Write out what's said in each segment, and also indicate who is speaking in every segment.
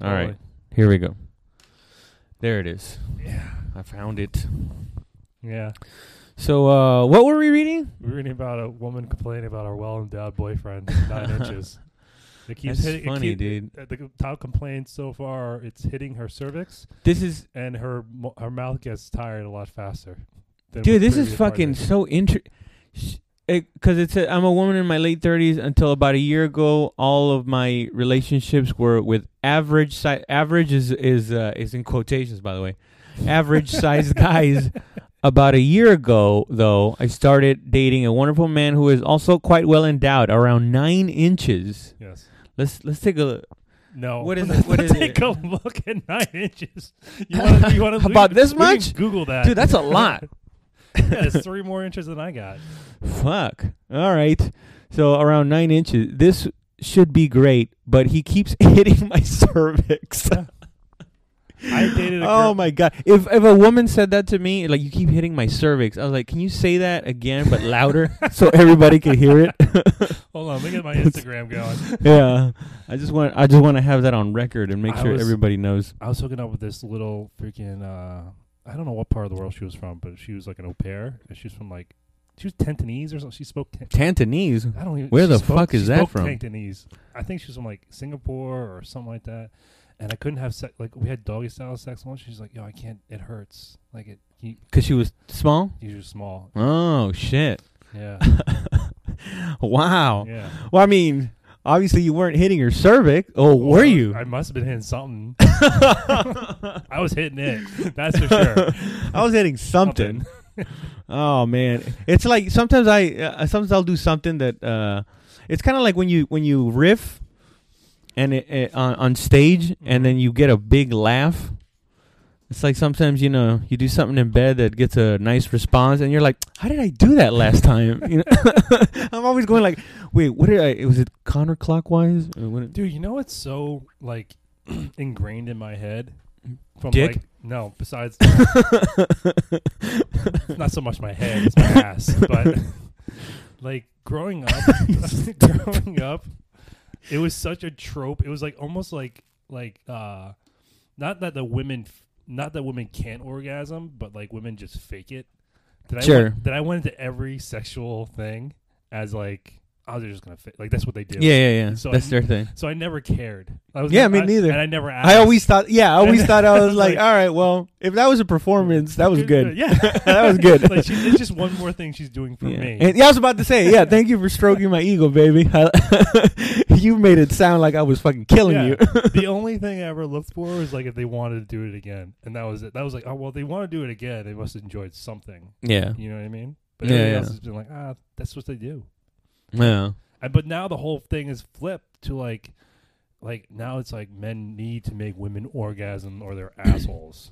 Speaker 1: All right,
Speaker 2: Totally.
Speaker 1: here we go. There it is. Yeah, I found it.
Speaker 2: Yeah.
Speaker 1: So, uh, what were we reading?
Speaker 2: We were reading about a woman complaining about her well endowed boyfriend, nine inches. It keeps
Speaker 1: That's
Speaker 2: hitting.
Speaker 1: funny,
Speaker 2: it keep,
Speaker 1: dude.
Speaker 2: uh, The top complaints so far are it's hitting her cervix,
Speaker 1: This is
Speaker 2: and her mo- her mouth gets tired a lot faster. than
Speaker 1: dude
Speaker 2: with
Speaker 1: this is
Speaker 2: previous
Speaker 1: fucking
Speaker 2: partners.
Speaker 1: so inter because it, said i'm a woman in my late 30s until about a year ago all of my relationships were with average size average is is uh, is in quotations by the way average sized guys about a year ago though i started dating a wonderful man who is also quite well endowed around nine inches
Speaker 2: Yes.
Speaker 1: let's let's take a look
Speaker 2: No.
Speaker 1: What is it- what is
Speaker 2: Take
Speaker 1: it?
Speaker 2: a look at nine inches. You want you want
Speaker 1: About this much?
Speaker 2: Google that,
Speaker 1: dude that's a lot
Speaker 2: yeah, it's three more inches than I got.
Speaker 1: Fuck. All right. So around nine inches. This should be great, but he keeps hitting my cervix.
Speaker 2: I dated. A
Speaker 1: oh
Speaker 2: girl-
Speaker 1: my god! If if a woman said that to me, like you keep hitting my cervix, I was like, can you say that again but louder so everybody can hear it?
Speaker 2: Hold on, let me get my Instagram going.
Speaker 1: yeah. I just want I just want to have that on record and make
Speaker 2: I
Speaker 1: sure
Speaker 2: was-
Speaker 1: everybody knows.
Speaker 2: I was hooking up with this little freaking uh I don't know what part of the world she was from, but she was like an au pair. And she was from like she was Tantanese or something. She spoke Tan-
Speaker 1: Tantanese.
Speaker 2: I don't even
Speaker 1: Where
Speaker 2: she
Speaker 1: the
Speaker 2: spoke-
Speaker 1: fuck is
Speaker 2: she
Speaker 1: that
Speaker 2: spoke
Speaker 1: from?
Speaker 2: Tantanese. I think she was from like Singapore or something like that. And I couldn't have sex like we had doggy style sex once. She's like, "Yo, I can't. It hurts. Like it. You,
Speaker 1: Cause she was small.
Speaker 2: you're small.
Speaker 1: Oh shit!
Speaker 2: Yeah,
Speaker 1: Wow.
Speaker 2: yeah.
Speaker 1: Well, I mean, obviously you weren't hitting her cervix. Oh, were
Speaker 2: Well,
Speaker 1: you?
Speaker 2: I must have been hitting something. I was hitting it. That's for sure.
Speaker 1: I was hitting something. oh man, it's like sometimes I uh, sometimes I'll do something that uh, it's kind of like when you when you riff and it, it, on on stage
Speaker 2: Mm-hmm.
Speaker 1: and then you get a big laugh. It's like sometimes you know you do something in bed that gets a nice response and you're like, how did I do that last time? You know, I'm always going like, wait, what did I? Was it counterclockwise? Or what
Speaker 2: Dude, you know what's so like ingrained in my head? From
Speaker 1: Dick?
Speaker 2: like no, besides not so much my head, it's my ass. But like growing up growing up, it was such a trope. It was like almost like like uh not that the women f- not that women can't orgasm, but like women just fake it. That I
Speaker 1: Sure.
Speaker 2: went, that I went into every sexual thing as like oh they're just gonna fit like that's what they do.
Speaker 1: yeah, yeah, yeah.
Speaker 2: So
Speaker 1: That's
Speaker 2: I-
Speaker 1: their thing.
Speaker 2: So I never cared. I was
Speaker 1: Yeah,
Speaker 2: never-
Speaker 1: me neither.
Speaker 2: I, and I never asked.
Speaker 1: I always thought, yeah, I always thought I was like,
Speaker 2: Like-
Speaker 1: all right, well, if that was a performance, that was good.
Speaker 2: Yeah,
Speaker 1: That was good.
Speaker 2: like she, it's just one more thing she's doing for
Speaker 1: Yeah.
Speaker 2: me.
Speaker 1: And, yeah, I was about to say, yeah, thank you for stroking my ego, baby. you made it sound like I was fucking killing
Speaker 2: Yeah.
Speaker 1: you.
Speaker 2: the only thing I ever looked for was like if they wanted to do it again, and that was it. That was like, oh well, they want to do it again. They must have enjoyed something.
Speaker 1: Yeah,
Speaker 2: You know what I mean? But
Speaker 1: Yeah,
Speaker 2: everything
Speaker 1: yeah.
Speaker 2: else has been like, ah, that's what they do.
Speaker 1: yeah,
Speaker 2: And, but now the whole thing is flipped to like, like now it's like men need to make women orgasm or they're assholes,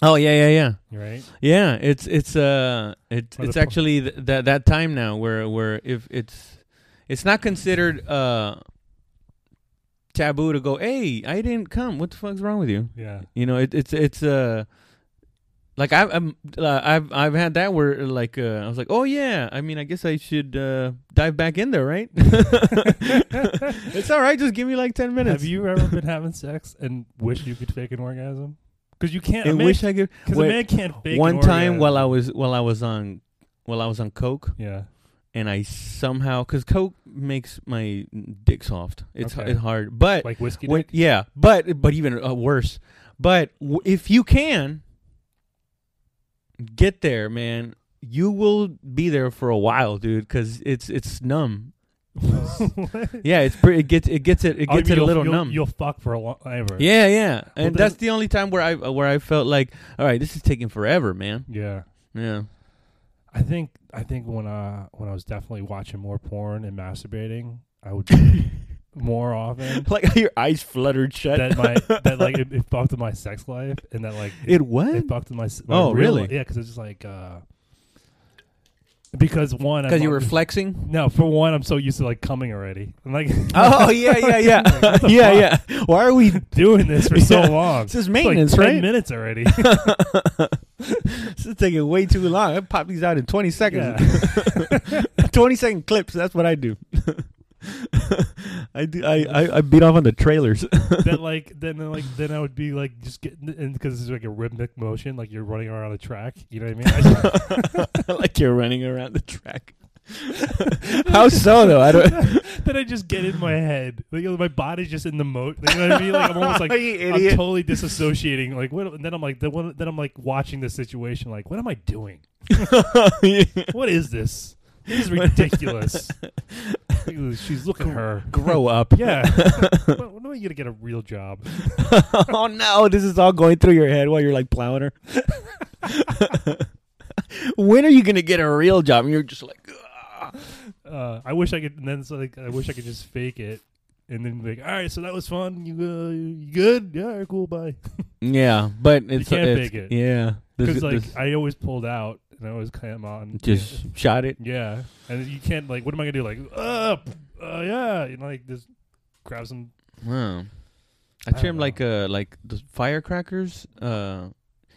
Speaker 1: oh yeah, yeah, yeah,
Speaker 2: right?
Speaker 1: yeah. It's it's uh, it's
Speaker 2: Or the
Speaker 1: it's
Speaker 2: po-
Speaker 1: actually th- that that time now where where if it's it's not considered uh taboo to go, hey, I didn't come. What the fuck's wrong with you?
Speaker 2: Yeah,
Speaker 1: You know, it, it's it's uh like I, I'm uh, I've I've had that where like uh, I was like, oh yeah, I mean, I guess I should uh, dive back in there, right? it's all right. Just give me like ten minutes.
Speaker 2: Have you ever been having sex and wish you could fake an orgasm? Because you can't.
Speaker 1: I
Speaker 2: a man,
Speaker 1: wish I could.
Speaker 2: because a
Speaker 1: wait,
Speaker 2: man can't fake
Speaker 1: One
Speaker 2: an
Speaker 1: time
Speaker 2: orgasm.
Speaker 1: while I was while I was on while I was on coke,
Speaker 2: yeah,
Speaker 1: and I somehow because coke makes my dick soft. It's
Speaker 2: Okay.
Speaker 1: it's hard, but
Speaker 2: like whiskey.
Speaker 1: When-
Speaker 2: dick?
Speaker 1: yeah, but but even uh, worse. But w- if you can get there, man, you will be there for a while, dude. Because it's it's numb. Yeah, it's pretty, it gets it gets it it
Speaker 2: Oh, you
Speaker 1: gets it
Speaker 2: mean
Speaker 1: a
Speaker 2: you'll-
Speaker 1: little
Speaker 2: you'll-
Speaker 1: numb.
Speaker 2: You'll fuck for a long ever.
Speaker 1: yeah, yeah, and
Speaker 2: then-
Speaker 1: that's the only time where I where I felt like, all right, this is taking forever, man.
Speaker 2: yeah.
Speaker 1: Yeah,
Speaker 2: I think I think when uh when I was definitely watching more porn and masturbating, I would more often
Speaker 1: like your eyes fluttered shut.
Speaker 2: that my that like it, it fucked with my sex life and that like
Speaker 1: it what?
Speaker 2: it fucked with my s- my
Speaker 1: Oh,
Speaker 2: real
Speaker 1: really?
Speaker 2: life. yeah because it's just like uh because one I'm
Speaker 1: Because you
Speaker 2: not-
Speaker 1: were flexing.
Speaker 2: no for one I'm so used to like coming already I'm like
Speaker 1: oh yeah, yeah, yeah, yeah, yeah. Why are we?
Speaker 2: doing this for so
Speaker 1: Yeah.
Speaker 2: long
Speaker 1: This is
Speaker 2: It's like
Speaker 1: maintenance,
Speaker 2: 10
Speaker 1: right?
Speaker 2: minutes already
Speaker 1: this is taking way too long. I pop these out in 20 seconds.
Speaker 2: Yeah.
Speaker 1: 20 second clips. That's what I do. I, do, I, I I beat off on the trailers.
Speaker 2: then like then then, like then I would be like just getting and because it's like a rhythmic motion, like you're running around a track. You know what I mean? I,
Speaker 1: like you're running around the track. How so though? I don't.
Speaker 2: then I just get in my head. Like you know, my body's just in the moat. You know what I mean? Like I'm almost like
Speaker 1: You
Speaker 2: I'm
Speaker 1: idiot.
Speaker 2: totally disassociating. Like what? And then I'm like the one. Then I'm like watching the situation. Like what am I doing? What is this? This is ridiculous. Ooh, She's looking her.
Speaker 1: Grow up.
Speaker 2: Yeah. when, when am I gonna get a real job?
Speaker 1: oh no, this is all going through your head while you're like plowing her. when are you gonna get a real job? And you're just like, "Ugh."
Speaker 2: Uh, I wish I could. And then it's like I wish I could just fake it. And then be like, all right, so that was fun. You, uh, you good? Yeah, all right, cool. Bye.
Speaker 1: yeah, but it's,
Speaker 2: can't
Speaker 1: it's-
Speaker 2: fake it.
Speaker 1: yeah, This-
Speaker 2: Because like
Speaker 1: this-
Speaker 2: I always pulled out and I always came on.
Speaker 1: just shot it.
Speaker 2: Yeah, and you can't like. What am I gonna do? Like, uh, uh yeah, you know, like just grab some.
Speaker 1: Wow. I
Speaker 2: I don't
Speaker 1: treat them
Speaker 2: know.
Speaker 1: like uh like the firecrackers. Uh,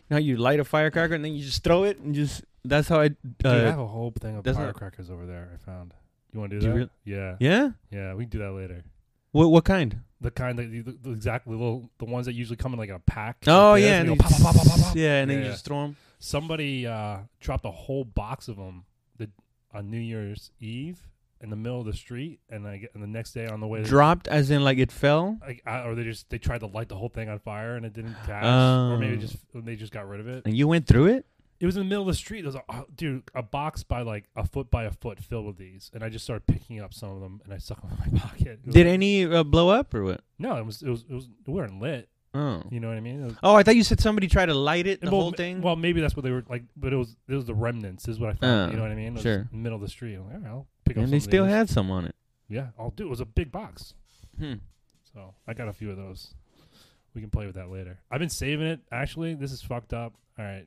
Speaker 1: now you light a firecracker and then you just throw it and just that's how I.
Speaker 2: Dude, I
Speaker 1: Uh,
Speaker 2: have a whole thing of
Speaker 1: doesn't-
Speaker 2: firecrackers over there. I found. You want to do
Speaker 1: Do you
Speaker 2: that?
Speaker 1: really-
Speaker 2: yeah. yeah,
Speaker 1: yeah.
Speaker 2: we can do that later.
Speaker 1: What what kind?
Speaker 2: The kind that the, the exact little the ones that usually come in like a pack.
Speaker 1: Oh
Speaker 2: like this,
Speaker 1: yeah, and
Speaker 2: and they
Speaker 1: then
Speaker 2: go
Speaker 1: you
Speaker 2: pop, pop, pop, pop,
Speaker 1: just-
Speaker 2: pop.
Speaker 1: yeah, and then
Speaker 2: Yeah.
Speaker 1: you just throw them.
Speaker 2: Somebody uh, dropped a whole box of them the, on New Year's Eve in the middle of the street, and I get, and the next day on the way to
Speaker 1: Dropped as in like it fell.
Speaker 2: like, I, or they just they tried to light the whole thing on fire and it didn't catch, or
Speaker 1: Oh.
Speaker 2: maybe just they just got rid of it.
Speaker 1: And you went through it.
Speaker 2: It was in the middle of the street. There was a oh, dude, a box by like a foot by a foot filled with these, and I just started picking up some of them and I stuck them in my pocket. It was
Speaker 1: Did
Speaker 2: like-
Speaker 1: any uh, blow up or what?
Speaker 2: No, it was it was it was it weren't lit.
Speaker 1: Oh.
Speaker 2: You know what I mean? It was-
Speaker 1: Oh, I thought you said somebody tried to light it, the
Speaker 2: well,
Speaker 1: whole
Speaker 2: m-
Speaker 1: thing.
Speaker 2: Well, maybe that's what they were like, but it was it was the remnants. Is what I found.
Speaker 1: Uh,
Speaker 2: you know what I mean? It was
Speaker 1: sure.
Speaker 2: in the middle of the street. I'm like, All right, I'll pick up.
Speaker 1: and they
Speaker 2: some of
Speaker 1: still
Speaker 2: these."
Speaker 1: had some on it.
Speaker 2: Yeah, I'll do. It was a big box,
Speaker 1: Hmm.
Speaker 2: so I got a few of those. We can play with that later. I've been saving it. Actually, this is fucked up. All right.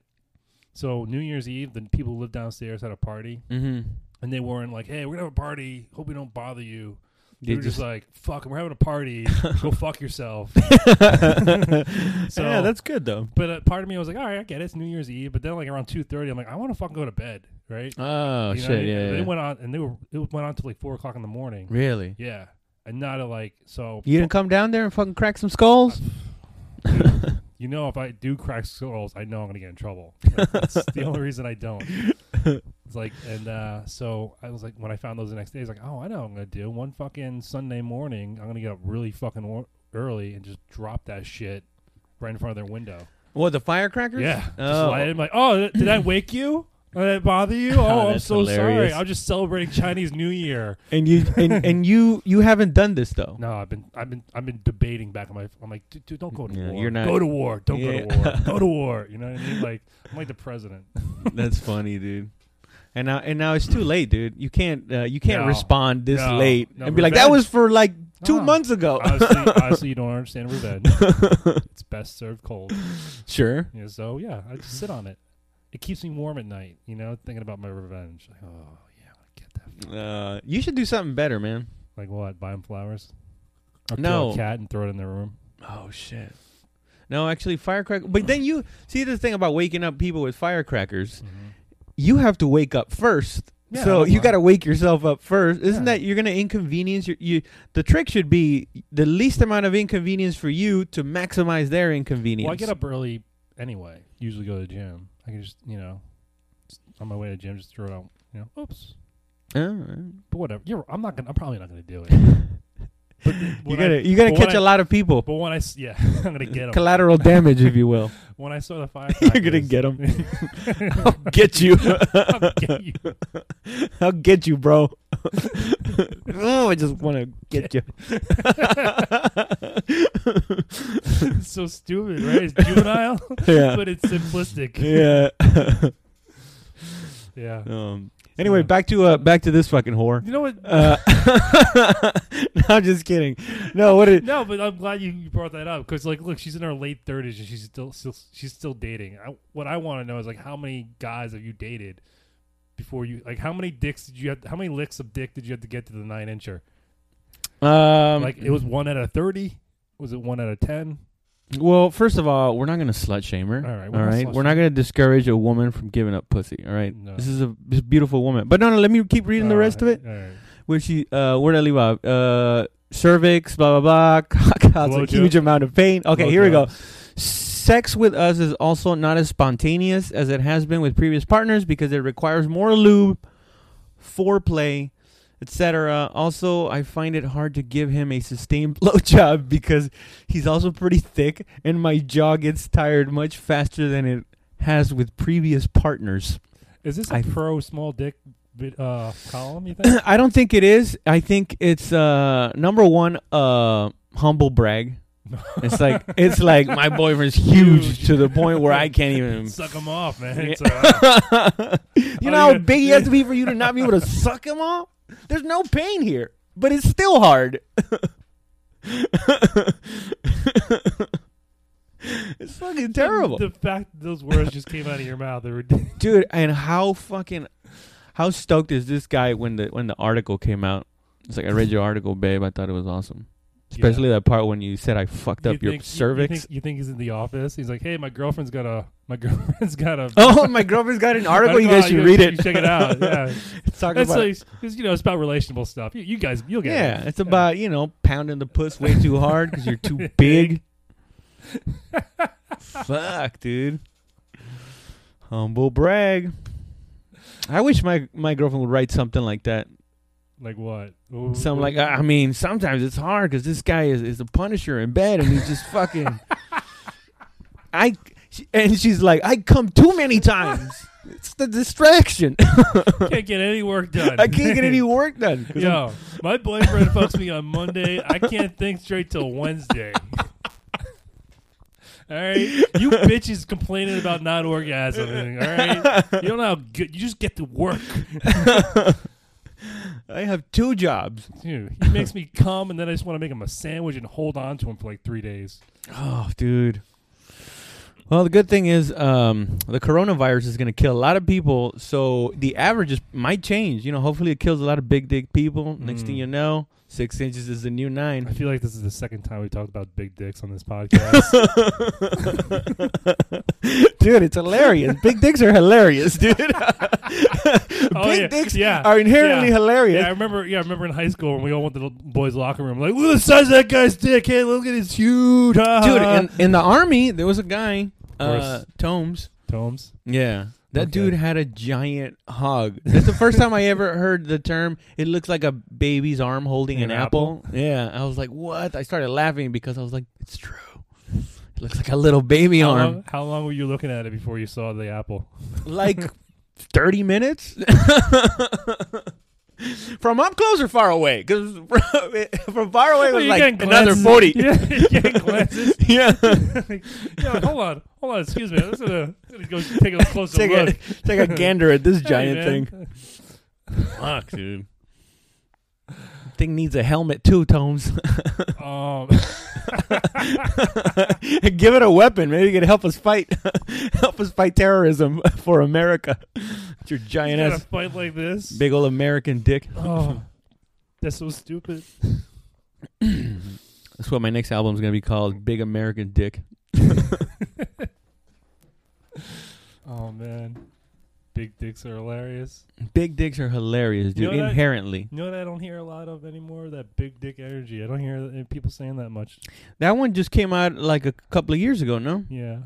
Speaker 2: So New Year's Eve, the people who live downstairs had a party.
Speaker 1: Mm-hmm.
Speaker 2: and they weren't like, "Hey, we're gonna have a party. Hope we don't bother you." They
Speaker 1: They
Speaker 2: were just,
Speaker 1: just
Speaker 2: like, "Fuck, we're having a party. Go fuck yourself." So-
Speaker 1: yeah, that's good though.
Speaker 2: But uh, part of me was like, "All right, I get it. It's New Year's Eve." But then, like around two thirty, I'm like, "I want to fucking go to bed." Right?
Speaker 1: Oh
Speaker 2: You know
Speaker 1: shit!
Speaker 2: what I mean?
Speaker 1: Yeah,
Speaker 2: They
Speaker 1: yeah.
Speaker 2: went on, and they were it went on till like four o'clock in the morning.
Speaker 1: really.
Speaker 2: Yeah, and not a like so.
Speaker 1: You didn't come down there and fucking crack some skulls.
Speaker 2: Dude, you know, if I do crack skulls, I know I'm gonna get in trouble. Like, that's the only reason I don't. It's like, and uh, so I was like, when I found those the next day, I was like, oh, I know what I'm gonna do. One fucking Sunday morning, I'm gonna get up really fucking wa- early and just drop that shit right in front of their window.
Speaker 1: What the firecrackers?
Speaker 2: Yeah, just
Speaker 1: Oh.
Speaker 2: light it. I'm like, oh, th- did I wake you? Did that bother you?
Speaker 1: Oh,
Speaker 2: Oh, I'm
Speaker 1: that's
Speaker 2: so sorry.
Speaker 1: hilarious.
Speaker 2: I'm just celebrating Chinese New Year.
Speaker 1: And you and, and you you haven't done this though.
Speaker 2: No, I've been, I've been, I've been debating back on my. I'm like, dude, dude, don't go to
Speaker 1: Yeah,
Speaker 2: war.
Speaker 1: you're not-
Speaker 2: go to war. Don't go to
Speaker 1: Yeah.
Speaker 2: war. Go to war. You know what I mean? Like, I'm like the president.
Speaker 1: That's funny, dude. And now and now it's too late, dude. You can't uh, you can't
Speaker 2: No.
Speaker 1: respond this
Speaker 2: No.
Speaker 1: late
Speaker 2: No,
Speaker 1: and be like that
Speaker 2: revenge-
Speaker 1: was for like two
Speaker 2: No. Uh,
Speaker 1: months ago.
Speaker 2: Honestly, honestly, you don't understand revenge. it's best served cold.
Speaker 1: sure.
Speaker 2: You know, so yeah, I just sit on it. It keeps me warm at night. You know, thinking about my revenge. Like, oh yeah, I get that.
Speaker 1: Uh, you should do something better, man.
Speaker 2: Like what? Buy them flowers. Or kill
Speaker 1: No.
Speaker 2: a cat and throw it in their room.
Speaker 1: Oh shit. No, actually, firecracker. But then you see the thing about waking up people with firecrackers.
Speaker 2: Mm-hmm.
Speaker 1: You have to wake up first,
Speaker 2: Yeah,
Speaker 1: so
Speaker 2: I
Speaker 1: you
Speaker 2: know.
Speaker 1: got to wake yourself up first. Isn't
Speaker 2: Yeah.
Speaker 1: that you're gonna inconvenience your, you? The trick should be the least amount of inconvenience for you to maximize their inconvenience.
Speaker 2: Well, I get up early anyway. Usually go to the gym. I can just you know, just on my way to the gym, just throw it out. You know, oops.
Speaker 1: Oh,
Speaker 2: But whatever. You're. I'm not gonna. I'm probably not gonna do it. but
Speaker 1: you
Speaker 2: when I-
Speaker 1: gotta you gotta
Speaker 2: but when
Speaker 1: catch
Speaker 2: I-
Speaker 1: a lot of people.
Speaker 2: But when I s- yeah, I'm gonna get them.
Speaker 1: Collateral damage, if you will.
Speaker 2: When I saw the fire,
Speaker 1: You're gonna get them. I'll get you.
Speaker 2: get you.
Speaker 1: I'll get you, bro. oh, I just want to get you.
Speaker 2: It's so stupid, right? It's juvenile,
Speaker 1: yeah.
Speaker 2: but it's simplistic.
Speaker 1: yeah.
Speaker 2: Yeah.
Speaker 1: um, anyway, back to uh, back to this fucking whore.
Speaker 2: You know what?
Speaker 1: Uh, no, I'm just kidding. No, what it?
Speaker 2: no, but I'm glad you, you brought that up because, like, look, she's in her late thirties and she's still, still she's still dating. I, what I want to know is like, how many guys have you dated before you? Like, how many dicks did you have? How many licks of dick did you have to get to the nine incher?
Speaker 1: Um,
Speaker 2: like, it was one out of thirty. Was it one out of ten?
Speaker 1: Well, first of all, we're not gonna slut shame her.
Speaker 2: All right, we're
Speaker 1: All
Speaker 2: not
Speaker 1: right,
Speaker 2: slut
Speaker 1: we're not gonna discourage a woman from giving up pussy. All right,
Speaker 2: No.
Speaker 1: this is a this beautiful woman. But no, no, let me keep reading the rest of it.
Speaker 2: All right.
Speaker 1: where she uh where did I leave off? Uh cervix, blah blah blah. Cock out's a
Speaker 2: Blowjob.
Speaker 1: huge amount of pain. Okay, here we go.
Speaker 2: Blowjobs.
Speaker 1: Sex with us is also not as spontaneous as it has been with previous partners because it requires more lube, foreplay, etc. Also, I find it hard to give him a sustained blowjob because he's also pretty thick and my jaw gets tired much faster than it has with previous partners.
Speaker 2: Is this a
Speaker 1: I-
Speaker 2: pro small dick bit, uh, column? You think?
Speaker 1: I don't think it is. I think it's uh number one uh humble brag. It's like it's like my boyfriend's huge,
Speaker 2: Huge.
Speaker 1: to the point where I can't even
Speaker 2: Suck him off, man.
Speaker 1: Yeah.
Speaker 2: It's, uh,
Speaker 1: you know
Speaker 2: Oh,
Speaker 1: how
Speaker 2: yeah.
Speaker 1: big he has to be for you to not be able to suck him off? There's no pain here, but it's still hard. it's fucking terrible.
Speaker 2: The fact that those words just came out of your mouth, they were
Speaker 1: dude and how fucking how stoked is this guy when the when the article came out it's like i read your article babe i thought it was awesome especially that part when you said i fucked
Speaker 2: You
Speaker 1: up your
Speaker 2: think- you-
Speaker 1: cervix
Speaker 2: You think, you think he's in the office? He's like, hey, my girlfriend's got a, my girlfriend's got a.
Speaker 1: oh my girlfriend's got an article you guys
Speaker 2: Oh,
Speaker 1: should read
Speaker 2: you
Speaker 1: it
Speaker 2: Check it out. Yeah,
Speaker 1: it's talking
Speaker 2: that's
Speaker 1: about
Speaker 2: like, it's, you know, it's about relationable stuff. You, you guys, you'll get
Speaker 1: yeah
Speaker 2: it.
Speaker 1: it's about you know pounding the puss way too hard because you're too big fuck dude humble brag i wish my my girlfriend would write something like that
Speaker 2: like what? Ooh,
Speaker 1: So I'm
Speaker 2: ooh.
Speaker 1: like, I I mean, sometimes it's hard because this guy is, is a punisher in bed, and he's just fucking. I she- and she's like, I come too many times. It's the distraction.
Speaker 2: can't get any work done.
Speaker 1: I can't get any work done. 'cause I'm-
Speaker 2: Yo, my boyfriend fucks me on Monday. I can't think straight till Wednesday. All right, you bitches complaining about not orgasming. All right, you don't know how good. You just get to work.
Speaker 1: I have two jobs.
Speaker 2: Dude, he makes me come, and then I just want to make him a sandwich and hold on to him for like three days.
Speaker 1: Oh, dude. Well, the good thing is um, the coronavirus is going to kill a lot of people, so the averages might change. You know, hopefully it kills a lot of big dick people. Next thing
Speaker 2: Mm.
Speaker 1: you know, six inches is the new nine.
Speaker 2: I feel like this is the second time we talked about big dicks on this podcast.
Speaker 1: dude, it's hilarious. Big dicks are hilarious, dude.
Speaker 2: Oh,
Speaker 1: Big
Speaker 2: yeah,
Speaker 1: dicks
Speaker 2: yeah,
Speaker 1: are inherently
Speaker 2: yeah.
Speaker 1: hilarious.
Speaker 2: Yeah, I remember. Yeah, I remember in high school when we all went to the boys' locker room. Like, look at the size of that guy's dick. Hey, look at his huge. ha, ha,
Speaker 1: Dude,
Speaker 2: ha."
Speaker 1: in, in the army, there was a guy, uh,
Speaker 2: course.
Speaker 1: Tomes.
Speaker 2: Tomes.
Speaker 1: Yeah. That
Speaker 2: Okay.
Speaker 1: dude had a giant hog. That's the first time I ever heard the term. It looks like a baby's arm holding an,
Speaker 2: An
Speaker 1: apple. Yeah, I was like, "What?" I started laughing because I was like, "It's true. It looks like a little baby
Speaker 2: How
Speaker 1: arm."
Speaker 2: long, how long were you looking at it before you saw the apple?
Speaker 1: like 30 minutes from up close or far away because from, from far away was
Speaker 2: You're
Speaker 1: like
Speaker 2: getting
Speaker 1: another
Speaker 2: glances.
Speaker 1: 40
Speaker 2: Yeah, you're getting glances.
Speaker 1: yeah
Speaker 2: Yeah, hold on, hold on. Excuse me. Let's gonna, gonna go take a closer
Speaker 1: take
Speaker 2: look.
Speaker 1: a, take a gander at this
Speaker 2: Hey,
Speaker 1: giant
Speaker 2: man.
Speaker 1: thing fuck dude thing needs a helmet too tomes
Speaker 2: Um,
Speaker 1: give it a weapon maybe it could help us fight help us fight terrorism for america it's your
Speaker 2: you
Speaker 1: giant
Speaker 2: got a
Speaker 1: ass
Speaker 2: fight like this.
Speaker 1: big old american dick
Speaker 2: Oh, that's so stupid.
Speaker 1: That's what my next album's gonna be called, Big American Dick.
Speaker 2: Oh man, big dicks are hilarious.
Speaker 1: Big dicks are hilarious,
Speaker 2: You
Speaker 1: dude.
Speaker 2: know that-
Speaker 1: inherently,
Speaker 2: You know what I don't hear a lot of anymore? That big dick energy. I don't hear that- eh, people saying that much.
Speaker 1: that one just came out like a couple of years ago. No,
Speaker 2: Yeah,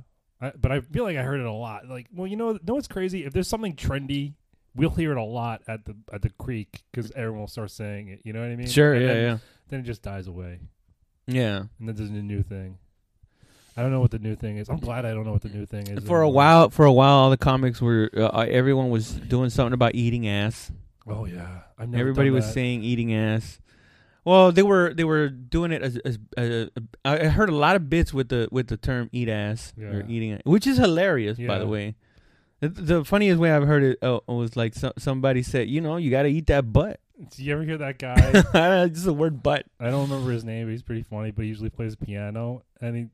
Speaker 2: I, but I feel like I heard it a lot. Like, well, you know, know what's crazy? If there's something trendy, we'll hear it a lot at the at the creek because everyone will start saying it. You know what I mean? And then, Then it just dies away,
Speaker 1: yeah,
Speaker 2: and then there's a new thing. I don't know what the new thing is. I'm glad I don't know what the new thing is.
Speaker 1: For a
Speaker 2: anymore.
Speaker 1: while, for a while, all the comics were uh, everyone was doing something about eating ass.
Speaker 2: Oh yeah, I've never
Speaker 1: Everybody
Speaker 2: done
Speaker 1: was
Speaker 2: that.
Speaker 1: saying eating ass. Well, they were they were doing it as, as uh, I I heard a lot of bits with the with the term eat ass or
Speaker 2: Yeah.
Speaker 1: eating, which is hilarious by the
Speaker 2: Yeah.
Speaker 1: way. The, the funniest way I've heard it uh, was like so, somebody said, you know, you got to eat that butt.
Speaker 2: Do you ever hear that guy?
Speaker 1: Just the word butt.
Speaker 2: I don't remember his name. But he's pretty funny, but he usually plays piano, and he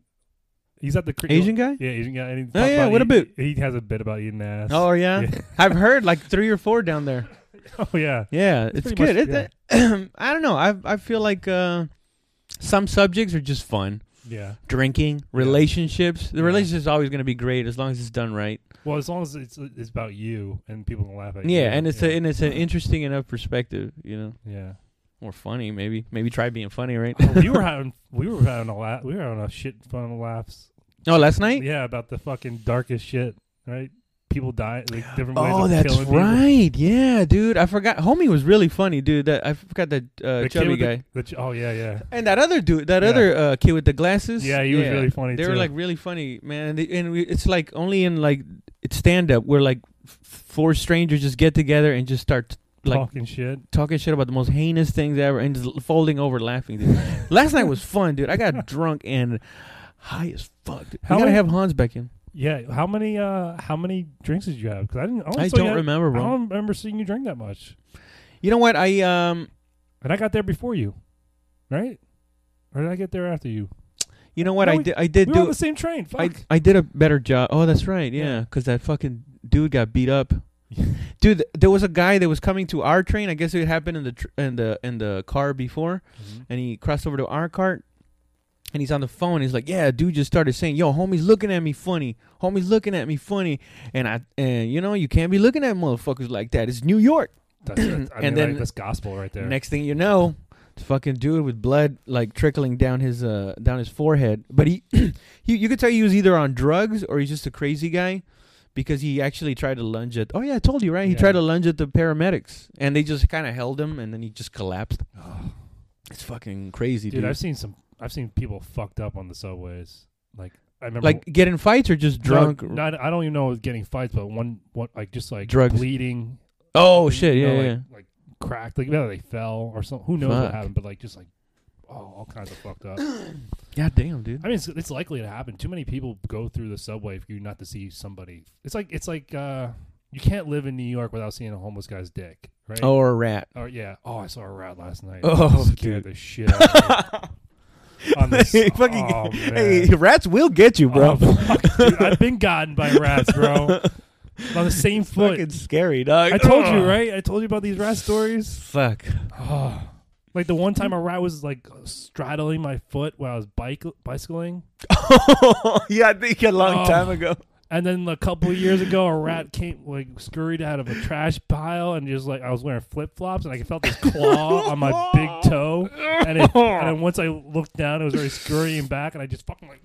Speaker 2: he's at the creek.
Speaker 1: Asian guy?
Speaker 2: Yeah, Asian guy. And he
Speaker 1: Oh,
Speaker 2: talks
Speaker 1: yeah,
Speaker 2: about
Speaker 1: what
Speaker 2: he,
Speaker 1: a boot.
Speaker 2: He has a bit about eating ass.
Speaker 1: Oh yeah?
Speaker 2: Yeah.
Speaker 1: I've heard like three or four down there.
Speaker 2: oh yeah.
Speaker 1: Yeah,
Speaker 2: It's
Speaker 1: it's,
Speaker 2: pretty
Speaker 1: good.
Speaker 2: much-
Speaker 1: It- I don't know. I I feel like uh, some subjects are just fun.
Speaker 2: yeah.
Speaker 1: drinking, relationships. The
Speaker 2: Yeah.
Speaker 1: relationship's always going to be great as long as it's done right.
Speaker 2: Well, as long as it's it's about you and people can laugh at you.
Speaker 1: Yeah, and it's
Speaker 2: yeah.
Speaker 1: A, and it's an interesting enough perspective, you know,
Speaker 2: yeah.
Speaker 1: or funny maybe. Maybe try being funny, right?
Speaker 2: Oh, we were having we were having a laugh. We were having a shit fun of laughs.
Speaker 1: oh, last night.
Speaker 2: Yeah, about the fucking darkest shit. Right? People die like different ways.
Speaker 1: Oh,
Speaker 2: of
Speaker 1: that's
Speaker 2: killing people.
Speaker 1: right. Yeah, dude. I forgot. Homie was really funny, dude. That I forgot that uh,
Speaker 2: The kid
Speaker 1: chubby
Speaker 2: with the-
Speaker 1: guy
Speaker 2: the ch- oh yeah, yeah.
Speaker 1: and that other dude, that
Speaker 2: Yeah.
Speaker 1: other uh, kid with the glasses.
Speaker 2: Yeah, he was really funny
Speaker 1: They
Speaker 2: too.
Speaker 1: were like really funny, man. And, they, and we, it's like only in like it's stand up where like f- four strangers just get together and just start like
Speaker 2: talking shit.
Speaker 1: talking shit about the most heinous things ever and just l- folding over laughing. Dude. Last night was fun, dude. I got drunk and high as fuck. Dude.
Speaker 2: How
Speaker 1: we gotta
Speaker 2: many-
Speaker 1: have Hans back in.
Speaker 2: Yeah, how many uh how many drinks did you have? Because I didn't. I,
Speaker 1: I
Speaker 2: saw you
Speaker 1: don't
Speaker 2: had-
Speaker 1: remember,
Speaker 2: I
Speaker 1: bro.
Speaker 2: don't remember seeing you drink that much.
Speaker 1: You know what? I um,
Speaker 2: And I got there before you, right? Or did I get there after you?
Speaker 1: you know what?
Speaker 2: No,
Speaker 1: I
Speaker 2: we-
Speaker 1: did. I did
Speaker 2: we were on
Speaker 1: do.
Speaker 2: the same train. Fuck.
Speaker 1: I I did a better job. Oh, that's right. Yeah,
Speaker 2: Yeah.
Speaker 1: because that fucking dude got beat up. Dude, th- there was a guy that was coming to our train. I guess it happened in the tr- in the in the car before.
Speaker 2: Mhm.
Speaker 1: and he crossed over to our cart and he's on the phone he's like yeah dude just started saying yo homie's looking at me funny homie's looking at me funny and i and you know you can't be looking at motherfuckers like that it's new york
Speaker 2: That's, that's,
Speaker 1: And
Speaker 2: I mean, like,
Speaker 1: then-
Speaker 2: that's gospel right there.
Speaker 1: next thing you know the fucking dude with blood like trickling down his uh down his forehead but he, he you could tell he was either on drugs or he's just a crazy guy because he actually tried to lunge at oh yeah i told you right he
Speaker 2: Yeah.
Speaker 1: tried to lunge at the paramedics and they just kind of held him and then he just collapsed
Speaker 2: Oh,
Speaker 1: it's fucking crazy
Speaker 2: dude,
Speaker 1: dude,
Speaker 2: I've seen some. I've seen people fucked up on the subways. Like I remember,
Speaker 1: like get in fights or just
Speaker 2: No,
Speaker 1: drunk
Speaker 2: no, I don't even know it was getting fights, but one, what, like just like
Speaker 1: Drugs.
Speaker 2: bleeding.
Speaker 1: Oh
Speaker 2: you
Speaker 1: shit! Yeah,
Speaker 2: know,
Speaker 1: yeah.
Speaker 2: Like, like cracked. Like whether they fell or something. Who knows what
Speaker 1: Fuck.
Speaker 2: happened? But like just like, oh, all kinds of fucked up.
Speaker 1: yeah. God damn, dude.
Speaker 2: I mean, it's, it's likely to happen. Too many people go through the subway for you not to see somebody. It's like it's like uh, you can't live in New York without seeing a homeless guy's dick, right?
Speaker 1: Or a rat.
Speaker 2: Or, yeah. Oh, I saw a rat last night.
Speaker 1: Oh,
Speaker 2: scared the shit out of me. On this,
Speaker 1: Hey, fucking-
Speaker 2: oh, man.
Speaker 1: Hey, rats will get you, bro.
Speaker 2: Oh, fuck, dude. I've been gotten by rats, bro. On the same foot.
Speaker 1: fucking scary, dog.
Speaker 2: I told you,
Speaker 1: Ugh.
Speaker 2: right? I told you about these rat stories.
Speaker 1: Fuck.
Speaker 2: Oh. Like the one time a rat was like straddling my foot while I was bike bicycling.
Speaker 1: yeah, I think a long
Speaker 2: Oh.
Speaker 1: time ago.
Speaker 2: And then a couple of years ago, a rat came like scurried out of a trash pile and just like I was wearing flip flops and I felt this claw on my big toe. And, it, and then once I looked down, it was already scurrying back, and I just fucking like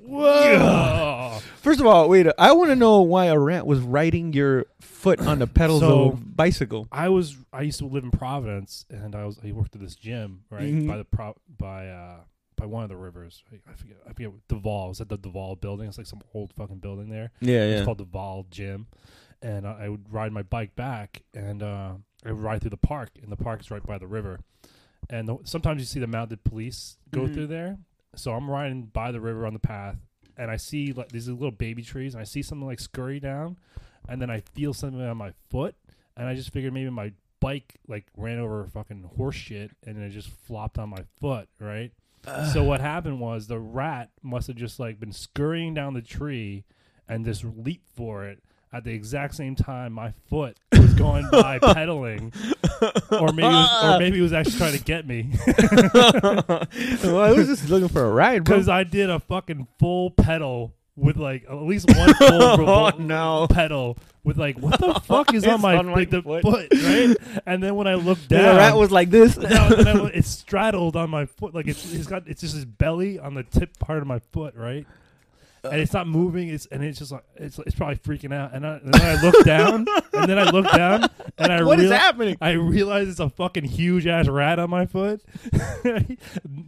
Speaker 2: whoa.
Speaker 1: First of all, wait. I want to know why a rat was riding your foot on the pedals
Speaker 2: So-
Speaker 1: of a bicycle.
Speaker 2: I was I used to live in Providence, and I was I worked at this gym right
Speaker 1: Mhm.
Speaker 2: by the pro by uh by one of the rivers. I, I forget I forget what- Duval. It was at the Duval building. It's like some old fucking building there.
Speaker 1: Yeah,
Speaker 2: It's called the Val Gym. And uh, I, I would ride my bike back, and uh, I would ride through the park, and the park is right by the river. And the, sometimes you see the mounted police go
Speaker 1: Mhm.
Speaker 2: through there. So I'm riding by the river on the path, and I see like these little baby trees, and I see something like scurry down, and then I feel something on my foot, and I just figured maybe my bike like ran over fucking horse shit, and it just flopped on my foot, right? so what happened was the rat must have just like been scurrying down the tree and just leaped for it at the exact same time my foot was going by pedaling or maybe it was, or maybe it was actually trying to get me
Speaker 1: well, I was just looking for a ride, bro.
Speaker 2: cuz I did a fucking full pedal with like at least one full revol-
Speaker 1: Oh, no.
Speaker 2: pedal with like what the fuck is
Speaker 1: It's
Speaker 2: on my,
Speaker 1: on my
Speaker 2: like, the
Speaker 1: foot.
Speaker 2: foot. right and then when I looked
Speaker 1: The
Speaker 2: down
Speaker 1: rat was like this.
Speaker 2: no, no, no, it's straddled on my foot. Like it's, it's got it's just his belly on the tip part of my foot, right? And it's not moving. It's and it's just like it's it's probably freaking out. And, I, and then I look down, and then I look down, and I
Speaker 1: What is
Speaker 2: reali-
Speaker 1: happening?
Speaker 2: I realize it's a fucking huge ass rat on my foot.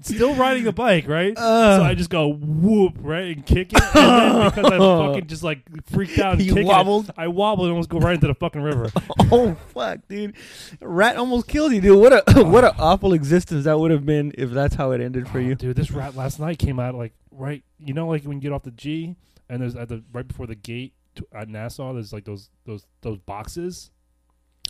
Speaker 2: Still riding the bike, right?
Speaker 1: Uh.
Speaker 2: so I just go whoop right and kick it, and then because I fucking just like freaked out and
Speaker 1: You
Speaker 2: kicked it,
Speaker 1: wobbled?
Speaker 2: I wobbled and almost go right into the fucking river.
Speaker 1: Oh fuck, dude! Rat almost killed you, dude. What a what an awful existence that would have been if that's how it ended for
Speaker 2: Oh,
Speaker 1: you.
Speaker 2: dude. This rat last night came out like right, you know, like when you get off the G and there's at the right before the gate to, at Nassau, there's like those those those boxes,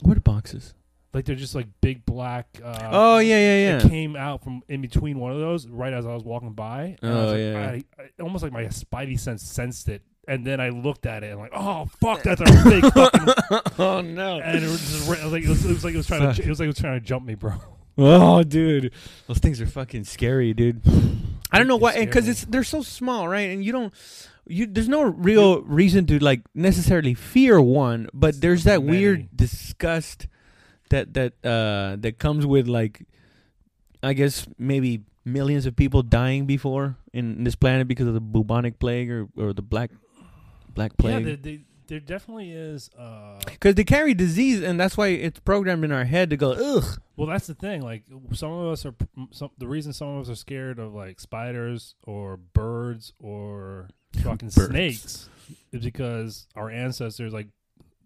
Speaker 1: What boxes?
Speaker 2: like they're just like big black. Uh,
Speaker 1: oh yeah, yeah,
Speaker 2: It
Speaker 1: yeah.
Speaker 2: came out from in between one of those right as I was walking by. and I
Speaker 1: Oh,
Speaker 2: was like,
Speaker 1: yeah,
Speaker 2: I, I, almost like my spidey sense sensed it, and then I looked at it and like, oh fuck, that's a big fucking.
Speaker 1: oh no.
Speaker 2: And it was just ra- like it was, it was like it was trying
Speaker 1: Fuck.
Speaker 2: to it was like it was trying to jump me, bro.
Speaker 1: Oh dude, those things are fucking scary, dude. I don't know
Speaker 2: It's
Speaker 1: why, because
Speaker 2: scary.
Speaker 1: it's they're so small, right? And you don't, you there's no real reason to like necessarily fear one, but there's that
Speaker 2: many.
Speaker 1: weird disgust that that uh that comes with like, I guess maybe millions of people dying before in this planet because of the bubonic plague or or the black black
Speaker 2: yeah,
Speaker 1: plague
Speaker 2: there, there, there definitely is. Uh,
Speaker 1: because they carry disease and that's why it's programmed in our head to go ugh
Speaker 2: well, that's the thing. Like some of us are. Some, the reason some of us are scared of like spiders or birds or fucking
Speaker 1: Birds.
Speaker 2: snakes is because our ancestors like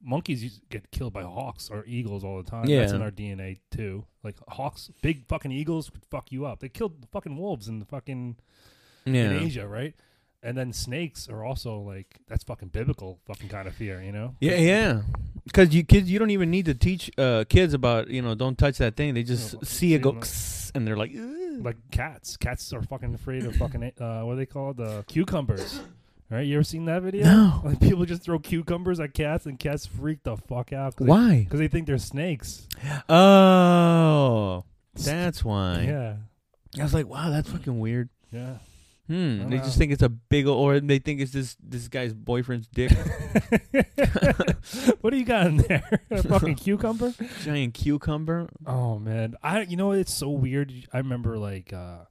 Speaker 2: monkeys used to get killed by hawks or eagles all the time. That's
Speaker 1: Yeah.
Speaker 2: in our DNA too. Like hawks, big fucking eagles could fuck you up. They killed the fucking wolves in the fucking in
Speaker 1: yeah
Speaker 2: Asia, right? And then snakes are also like that's fucking biblical fucking kind of fear, you know?
Speaker 1: Yeah, yeah. Because you kids, you don't even need to teach uh, kids about you know don't touch that thing. They just
Speaker 2: No,
Speaker 1: see it
Speaker 2: they
Speaker 1: go,
Speaker 2: don't.
Speaker 1: "Kss," and they're like, "Ugh."
Speaker 2: Like cats. Cats are fucking afraid of fucking uh what are they called? Uh cucumbers. Right? You ever seen that video?
Speaker 1: no,
Speaker 2: Like people just throw cucumbers at cats and cats freak the fuck out because
Speaker 1: why?
Speaker 2: they, think they're snakes.
Speaker 1: Oh, that's why.
Speaker 2: Yeah.
Speaker 1: I was like, wow, that's fucking weird.
Speaker 2: Yeah.
Speaker 1: Hmm.
Speaker 2: Oh,
Speaker 1: They
Speaker 2: wow.
Speaker 1: just think it's a big ol- or they think it's this this guy's boyfriend's dick,
Speaker 2: what do you got in there? A fucking cucumber?
Speaker 1: giant cucumber.
Speaker 2: Oh man, I you know it's so weird. I remember like uh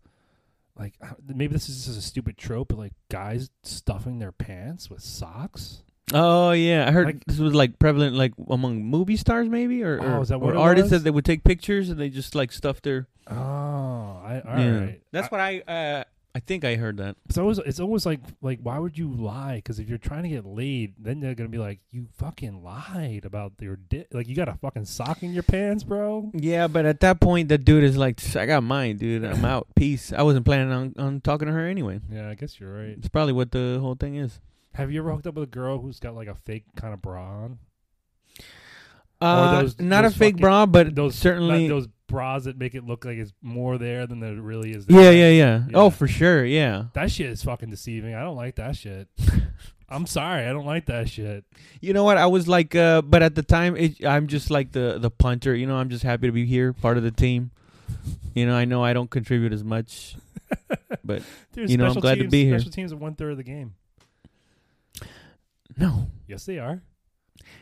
Speaker 2: like uh, maybe this is just a stupid trope, but like guys stuffing their pants with socks.
Speaker 1: Oh yeah, I heard
Speaker 2: Like-
Speaker 1: this was like prevalent like among movie stars maybe or
Speaker 2: Oh,
Speaker 1: or,
Speaker 2: is that what
Speaker 1: or
Speaker 2: it
Speaker 1: artists
Speaker 2: was?
Speaker 1: that they would take pictures and they just like stuff their.
Speaker 2: Oh, I all right.
Speaker 1: yeah. That's what I uh, I think I heard that.
Speaker 2: it's always it's always like like why would you lie? Because if you're trying to get laid, then they're gonna be like you fucking lied about your dick. Like you got a fucking sock in your pants, bro.
Speaker 1: Yeah, but at that point, that dude is like, "Tch, I got mine, dude. I'm out. Peace. I wasn't planning on, on talking to her anyway.
Speaker 2: Yeah, I guess you're right.
Speaker 1: It's probably what the whole thing is.
Speaker 2: Have you ever hooked up with a girl who's got like a fake kind of bra on?
Speaker 1: Uh,
Speaker 2: those-
Speaker 1: not
Speaker 2: those
Speaker 1: a fake
Speaker 2: fucking-
Speaker 1: bra, but
Speaker 2: those
Speaker 1: certainly.
Speaker 2: like those bras that make it look like it's more there than there really is.
Speaker 1: yeah,
Speaker 2: there.
Speaker 1: yeah, yeah,
Speaker 2: Yeah.
Speaker 1: Oh, for sure. Yeah.
Speaker 2: That shit is fucking deceiving. I don't like that shit. I'm sorry, I don't like that shit.
Speaker 1: You know what? I was like, uh, but at the time, it, I'm just like the the punter. You know, I'm just happy to be here, part of the team. You know, I know I don't contribute as much.
Speaker 2: Dude,
Speaker 1: You know, I'm
Speaker 2: special
Speaker 1: glad to
Speaker 2: teams,
Speaker 1: be here.
Speaker 2: Special teams are one third of the game.
Speaker 1: No,
Speaker 2: Yes, they are.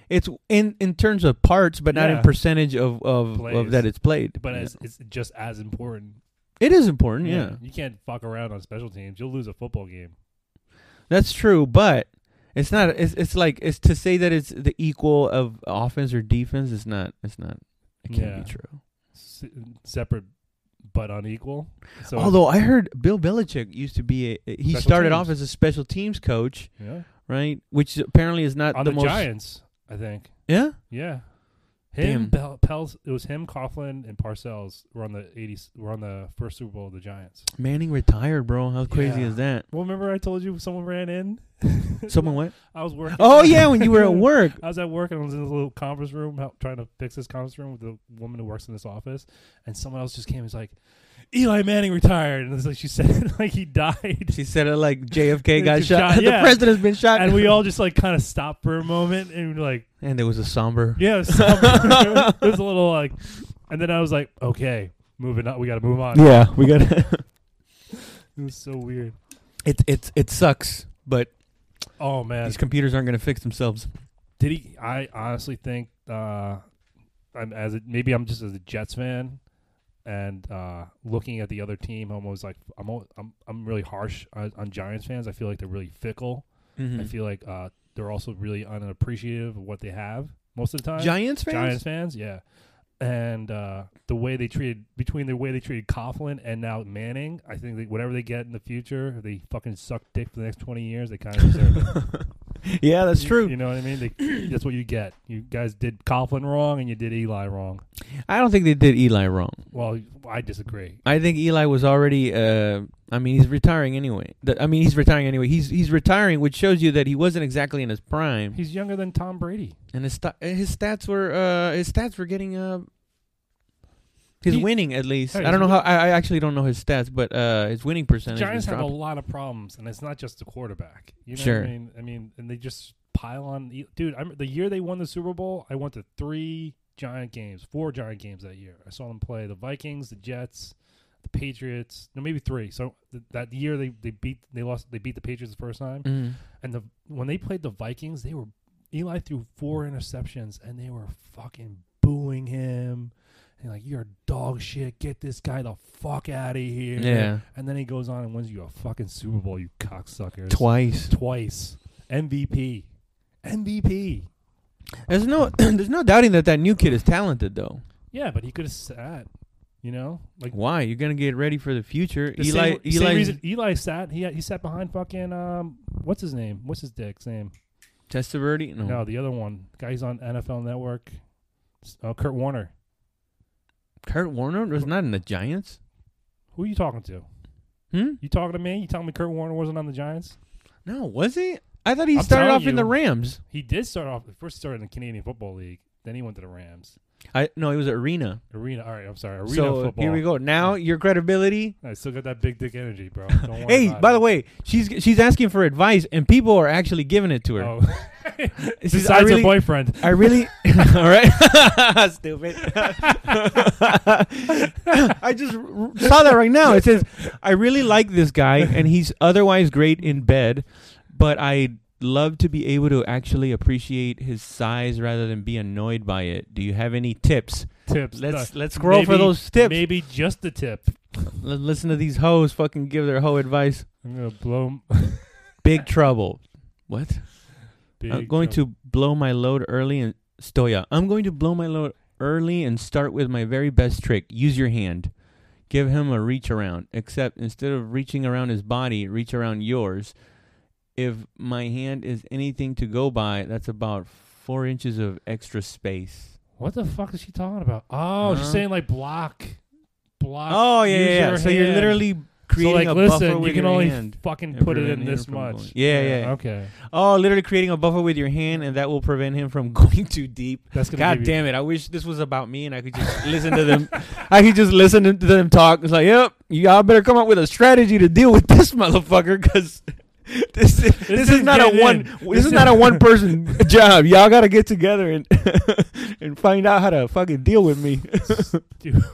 Speaker 1: it's in in terms of parts, but not
Speaker 2: Yeah.
Speaker 1: in percentage of of,
Speaker 2: Plays.
Speaker 1: of that it's played.
Speaker 2: But
Speaker 1: Yeah.
Speaker 2: as, it's just as important.
Speaker 1: it is important. yeah.
Speaker 2: You can't fuck around on special teams. You'll lose a football game.
Speaker 1: That's true, but it's not. It's, it's like it's to say that it's the equal of offense or defense. It's not. It's not. It can't
Speaker 2: Yeah.
Speaker 1: be true.
Speaker 2: S- separate but unequal. So
Speaker 1: Although I heard Bill Belichick used to be a he
Speaker 2: Special
Speaker 1: started off
Speaker 2: teams.
Speaker 1: as a special teams coach,
Speaker 2: yeah.
Speaker 1: right? Which apparently is not
Speaker 2: on
Speaker 1: uh, the,
Speaker 2: the,
Speaker 1: most.
Speaker 2: Giants, I think.
Speaker 1: Yeah.
Speaker 2: Yeah.
Speaker 1: Damn.
Speaker 2: Him, Bel- Pels, it was him, Coughlin, and Parcells were on the 80s, were on the first Super Bowl of the Giants.
Speaker 1: Manning retired, bro. How crazy
Speaker 2: Yeah.
Speaker 1: is that?
Speaker 2: Well, remember I told you someone ran in?
Speaker 1: Someone went.
Speaker 2: I was working.
Speaker 1: Oh yeah, when you were at work.
Speaker 2: I was at work and I was in this little conference room help, trying to fix this conference room with the woman who works in this office, and someone else just came. and was like, "Eli Manning retired," and it's like she said, like he died,
Speaker 1: She said it like JFK got
Speaker 2: Just
Speaker 1: shot.
Speaker 2: shot,
Speaker 1: the
Speaker 2: yeah.
Speaker 1: president's been shot.
Speaker 2: and we all just like kind of stopped for a moment and we were like,
Speaker 1: and there was a somber.
Speaker 2: "Yeah, so it was a little like," and then I was like, "Okay, moving on. We got to move on."
Speaker 1: Yeah, we got it.
Speaker 2: It was so weird.
Speaker 1: It it sucks, but
Speaker 2: Oh man,
Speaker 1: these computers aren't gonna fix themselves.
Speaker 2: did he? I honestly think uh, I'm as a, maybe I'm just as a Jets fan, and uh, looking at the other team, I'm almost like I'm al- I'm I'm really harsh on, on Giants fans. I feel like they're really fickle.
Speaker 1: Mm-hmm. Hmm.
Speaker 2: I feel like uh, they're also really unappreciative of what they have most of the time.
Speaker 1: Giants fans.
Speaker 2: Giants fans, yeah. And uh, the way they treated between the way they treated Coughlin and now Manning, I think that whatever they get in the future, if they fucking suck dick for the next twenty years, they kind of deserve it.
Speaker 1: yeah, that's
Speaker 2: You-
Speaker 1: true.
Speaker 2: You know what I mean? They, that's what you get. You guys did Coughlin wrong and you did Eli wrong.
Speaker 1: I don't think they did Eli wrong.
Speaker 2: Well, I disagree.
Speaker 1: I think Eli was already. Uh, I mean, he's retiring anyway. The, I mean, he's retiring anyway. He's he's retiring, which shows you that he wasn't exactly in his prime.
Speaker 2: He's younger than Tom Brady.
Speaker 1: And his sta- his stats were uh, his stats were getting. Uh, he's
Speaker 2: He-
Speaker 1: winning at least.
Speaker 2: Hey,
Speaker 1: I don't know
Speaker 2: he's
Speaker 1: how. I, I actually don't know his stats, but uh, his winning percentage. was
Speaker 2: Giants have a
Speaker 1: dropping.
Speaker 2: lot of problems, and it's not just the quarterback. You know
Speaker 1: Sure.
Speaker 2: what I mean? I mean, and they just pile on. Dude, I'm, the year they won the Super Bowl, I went to three Giant games, four Giant games that year. I saw them play the Vikings, the Jets, the Patriots. No, maybe three. So th- that year they, they beat they lost they beat the Patriots the first time,
Speaker 1: Mm-hmm.
Speaker 2: and the when they played the Vikings, they were Eli threw four interceptions, and they were fucking booing him. And like you're dog shit. Get this guy the fuck out of here.
Speaker 1: Yeah.
Speaker 2: And then he goes on and wins you a fucking Super Bowl, you cocksuckers.
Speaker 1: Twice.
Speaker 2: Twice. MVP. MVP.
Speaker 1: There's no there's no doubting that that new kid is talented though.
Speaker 2: Yeah, but he could have sat. You know, like
Speaker 1: Why? You're gonna get ready for the future.
Speaker 2: The
Speaker 1: Eli
Speaker 2: same, same
Speaker 1: Eli
Speaker 2: reason Eli sat. He he sat behind fucking um. What's his name? What's his dick's name?
Speaker 1: Testaverde? No.
Speaker 2: No, the other one. Guy's on NFL Network. S- Uh, Kurt Warner.
Speaker 1: Kurt Warner was not in the Giants.
Speaker 2: Who are you talking to?
Speaker 1: Hmm?
Speaker 2: You talking to me? You telling me Kurt Warner wasn't on the Giants?
Speaker 1: No, was he? I thought he
Speaker 2: I'm
Speaker 1: started
Speaker 2: telling
Speaker 1: off in the
Speaker 2: you.
Speaker 1: Rams.
Speaker 2: He did start off. First, he started in the Canadian Football League. Then he went to the Rams.
Speaker 1: I no, he was at Arena.
Speaker 2: Arena. All right, I'm sorry. Arena
Speaker 1: so
Speaker 2: football.
Speaker 1: here we go. Now your credibility.
Speaker 2: I still got that big dick energy, bro. Don't worry
Speaker 1: Hey,
Speaker 2: about
Speaker 1: by
Speaker 2: it.
Speaker 1: the way, she's she's asking for advice, and people are actually giving it to her.
Speaker 2: Oh.
Speaker 1: She's-
Speaker 2: Besides
Speaker 1: I really-
Speaker 2: her boyfriend.
Speaker 1: I really, all right, stupid. I just r- saw that right now. It says, "I really like this guy, and he's otherwise great in bed, but I love to be able to actually appreciate his size rather than be annoyed by it. Do you have any tips?
Speaker 2: Tips.
Speaker 1: Let's
Speaker 2: Uh,
Speaker 1: let's scroll for
Speaker 2: maybe-
Speaker 1: those tips.
Speaker 2: Maybe just the tip.
Speaker 1: L- listen to these hoes fucking give their hoe advice.
Speaker 2: I'm gonna blow.
Speaker 1: Big trouble. What?
Speaker 2: Big
Speaker 1: I'm going to blow my load early and Stoya. I'm going to blow my load early and start with my very best trick. Use your hand. Give him a reach around. Except instead of reaching around his body, reach around yours. If my hand is anything to go by, that's about four inches of extra space.
Speaker 2: What the fuck is she talking about? Oh,
Speaker 1: Huh?
Speaker 2: she's saying like block, block.
Speaker 1: Uh-huh. Oh yeah,
Speaker 2: Uh, use
Speaker 1: yeah.
Speaker 2: your
Speaker 1: So you're
Speaker 2: hand.
Speaker 1: literally creating
Speaker 2: so like
Speaker 1: a
Speaker 2: listen,
Speaker 1: buffer
Speaker 2: you
Speaker 1: with
Speaker 2: can
Speaker 1: your
Speaker 2: only
Speaker 1: hand.
Speaker 2: fucking
Speaker 1: and
Speaker 2: put it
Speaker 1: prevent
Speaker 2: in
Speaker 1: him
Speaker 2: this
Speaker 1: from
Speaker 2: much.
Speaker 1: going- Yeah, yeah.
Speaker 2: Okay,
Speaker 1: Oh, literally creating a buffer with your hand, and that will prevent him from going too deep.
Speaker 2: that's gonna.
Speaker 1: God
Speaker 2: give
Speaker 1: damn it! I wish this was about me and I could just listen to them. I could just listen to them talk. It's like, yep, y'all better come up with a strategy to deal with this motherfucker because this is, this,
Speaker 2: This
Speaker 1: is
Speaker 2: is
Speaker 1: not a
Speaker 2: getting
Speaker 1: one
Speaker 2: in.
Speaker 1: this, is not a one person job. Y'all got to get together and and find out how to fucking deal with me.
Speaker 2: Dude.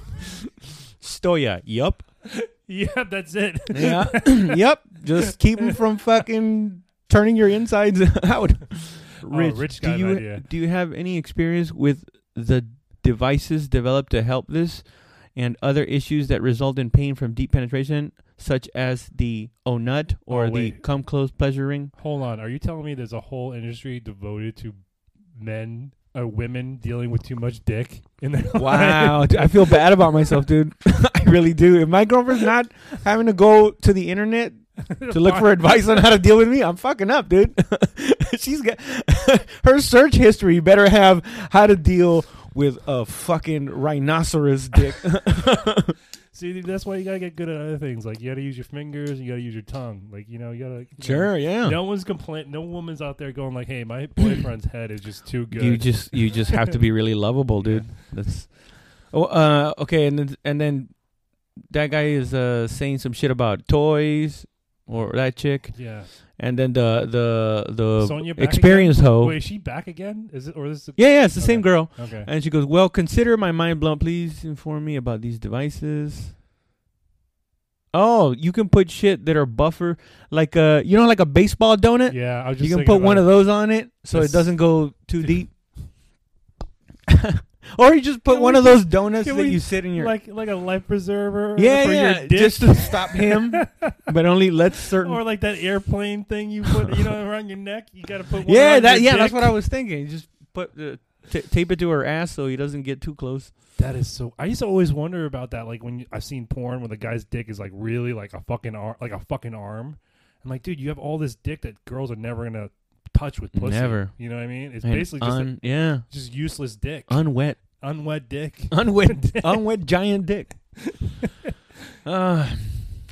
Speaker 1: Stoya, yup,
Speaker 2: You. Yeah, that's it.
Speaker 1: yeah, yup. Just keep him from fucking turning your insides out. Rich,
Speaker 2: Oh, Rich
Speaker 1: do
Speaker 2: got an
Speaker 1: you
Speaker 2: idea.
Speaker 1: do you have any experience with the devices developed to help this and other issues that result in pain from deep penetration, such as the oh nut or
Speaker 2: Oh,
Speaker 1: the
Speaker 2: wait.
Speaker 1: come close pleasure ring?
Speaker 2: Hold on. Are you telling me there's a whole industry devoted to men or women dealing with too much dick in their
Speaker 1: Wow, dude, I feel bad about myself, dude. I really do. If my girlfriend's not having to go to the internet to look for advice on how to deal with me, I'm fucking up, dude. She's got her search history better have how to deal with a fucking rhinoceros dick.
Speaker 2: See, dude, that's why you gotta get good at other things. Like you gotta use your fingers, you gotta use your tongue. Like you know, you gotta.
Speaker 1: Sure, yeah.
Speaker 2: No one's complaining. No woman's out there going like, "Hey, my boyfriend's head is just too good."
Speaker 1: You just you just have to be really lovable, dude. That's oh, uh, okay. And then and then that guy is uh, saying some shit about toys or that chick,
Speaker 2: yeah.
Speaker 1: and then the the the
Speaker 2: Sonya back
Speaker 1: Uh, experience hoe.
Speaker 2: Wait, is she back again? Is it or is this?
Speaker 1: Yeah, yeah, it's the same
Speaker 2: Okay.
Speaker 1: girl.
Speaker 2: Okay.
Speaker 1: And she goes, "Well, consider my mind blown. Please inform me about these devices." Oh, you can put shit that are buffer, like a you know, like a baseball donut.
Speaker 2: Yeah, I was
Speaker 1: Uh,
Speaker 2: just
Speaker 1: you can put one of those on it so it
Speaker 2: That's-
Speaker 1: doesn't go too
Speaker 2: Dude.
Speaker 1: deep. or you just put
Speaker 2: Can
Speaker 1: one
Speaker 2: we
Speaker 1: of those donuts that
Speaker 2: can we
Speaker 1: you sit in your
Speaker 2: like like a life preserver.
Speaker 1: yeah
Speaker 2: for
Speaker 1: yeah
Speaker 2: your dick.
Speaker 1: just to stop him, but only let certain.
Speaker 2: or like that airplane thing you put you know around your neck. You gotta put one
Speaker 1: yeah,
Speaker 2: around
Speaker 1: that yeah,
Speaker 2: your
Speaker 1: that's
Speaker 2: dick.
Speaker 1: what I was thinking. You Just put uh, t- tape it to her ass so he doesn't get too close.
Speaker 2: That is so. I used to always wonder about that. Like when you, I've seen porn, when the guy's dick is like really like a fucking arm, like a fucking arm. I'm like, dude, you have all this dick that girls are never gonna touch with pussy.
Speaker 1: Never.
Speaker 2: You know what I mean? It's
Speaker 1: And
Speaker 2: basically just
Speaker 1: un- yeah,
Speaker 2: a, just useless dick,
Speaker 1: unwet,
Speaker 2: unwet dick.
Speaker 1: unwet, unwet giant dick. Uh,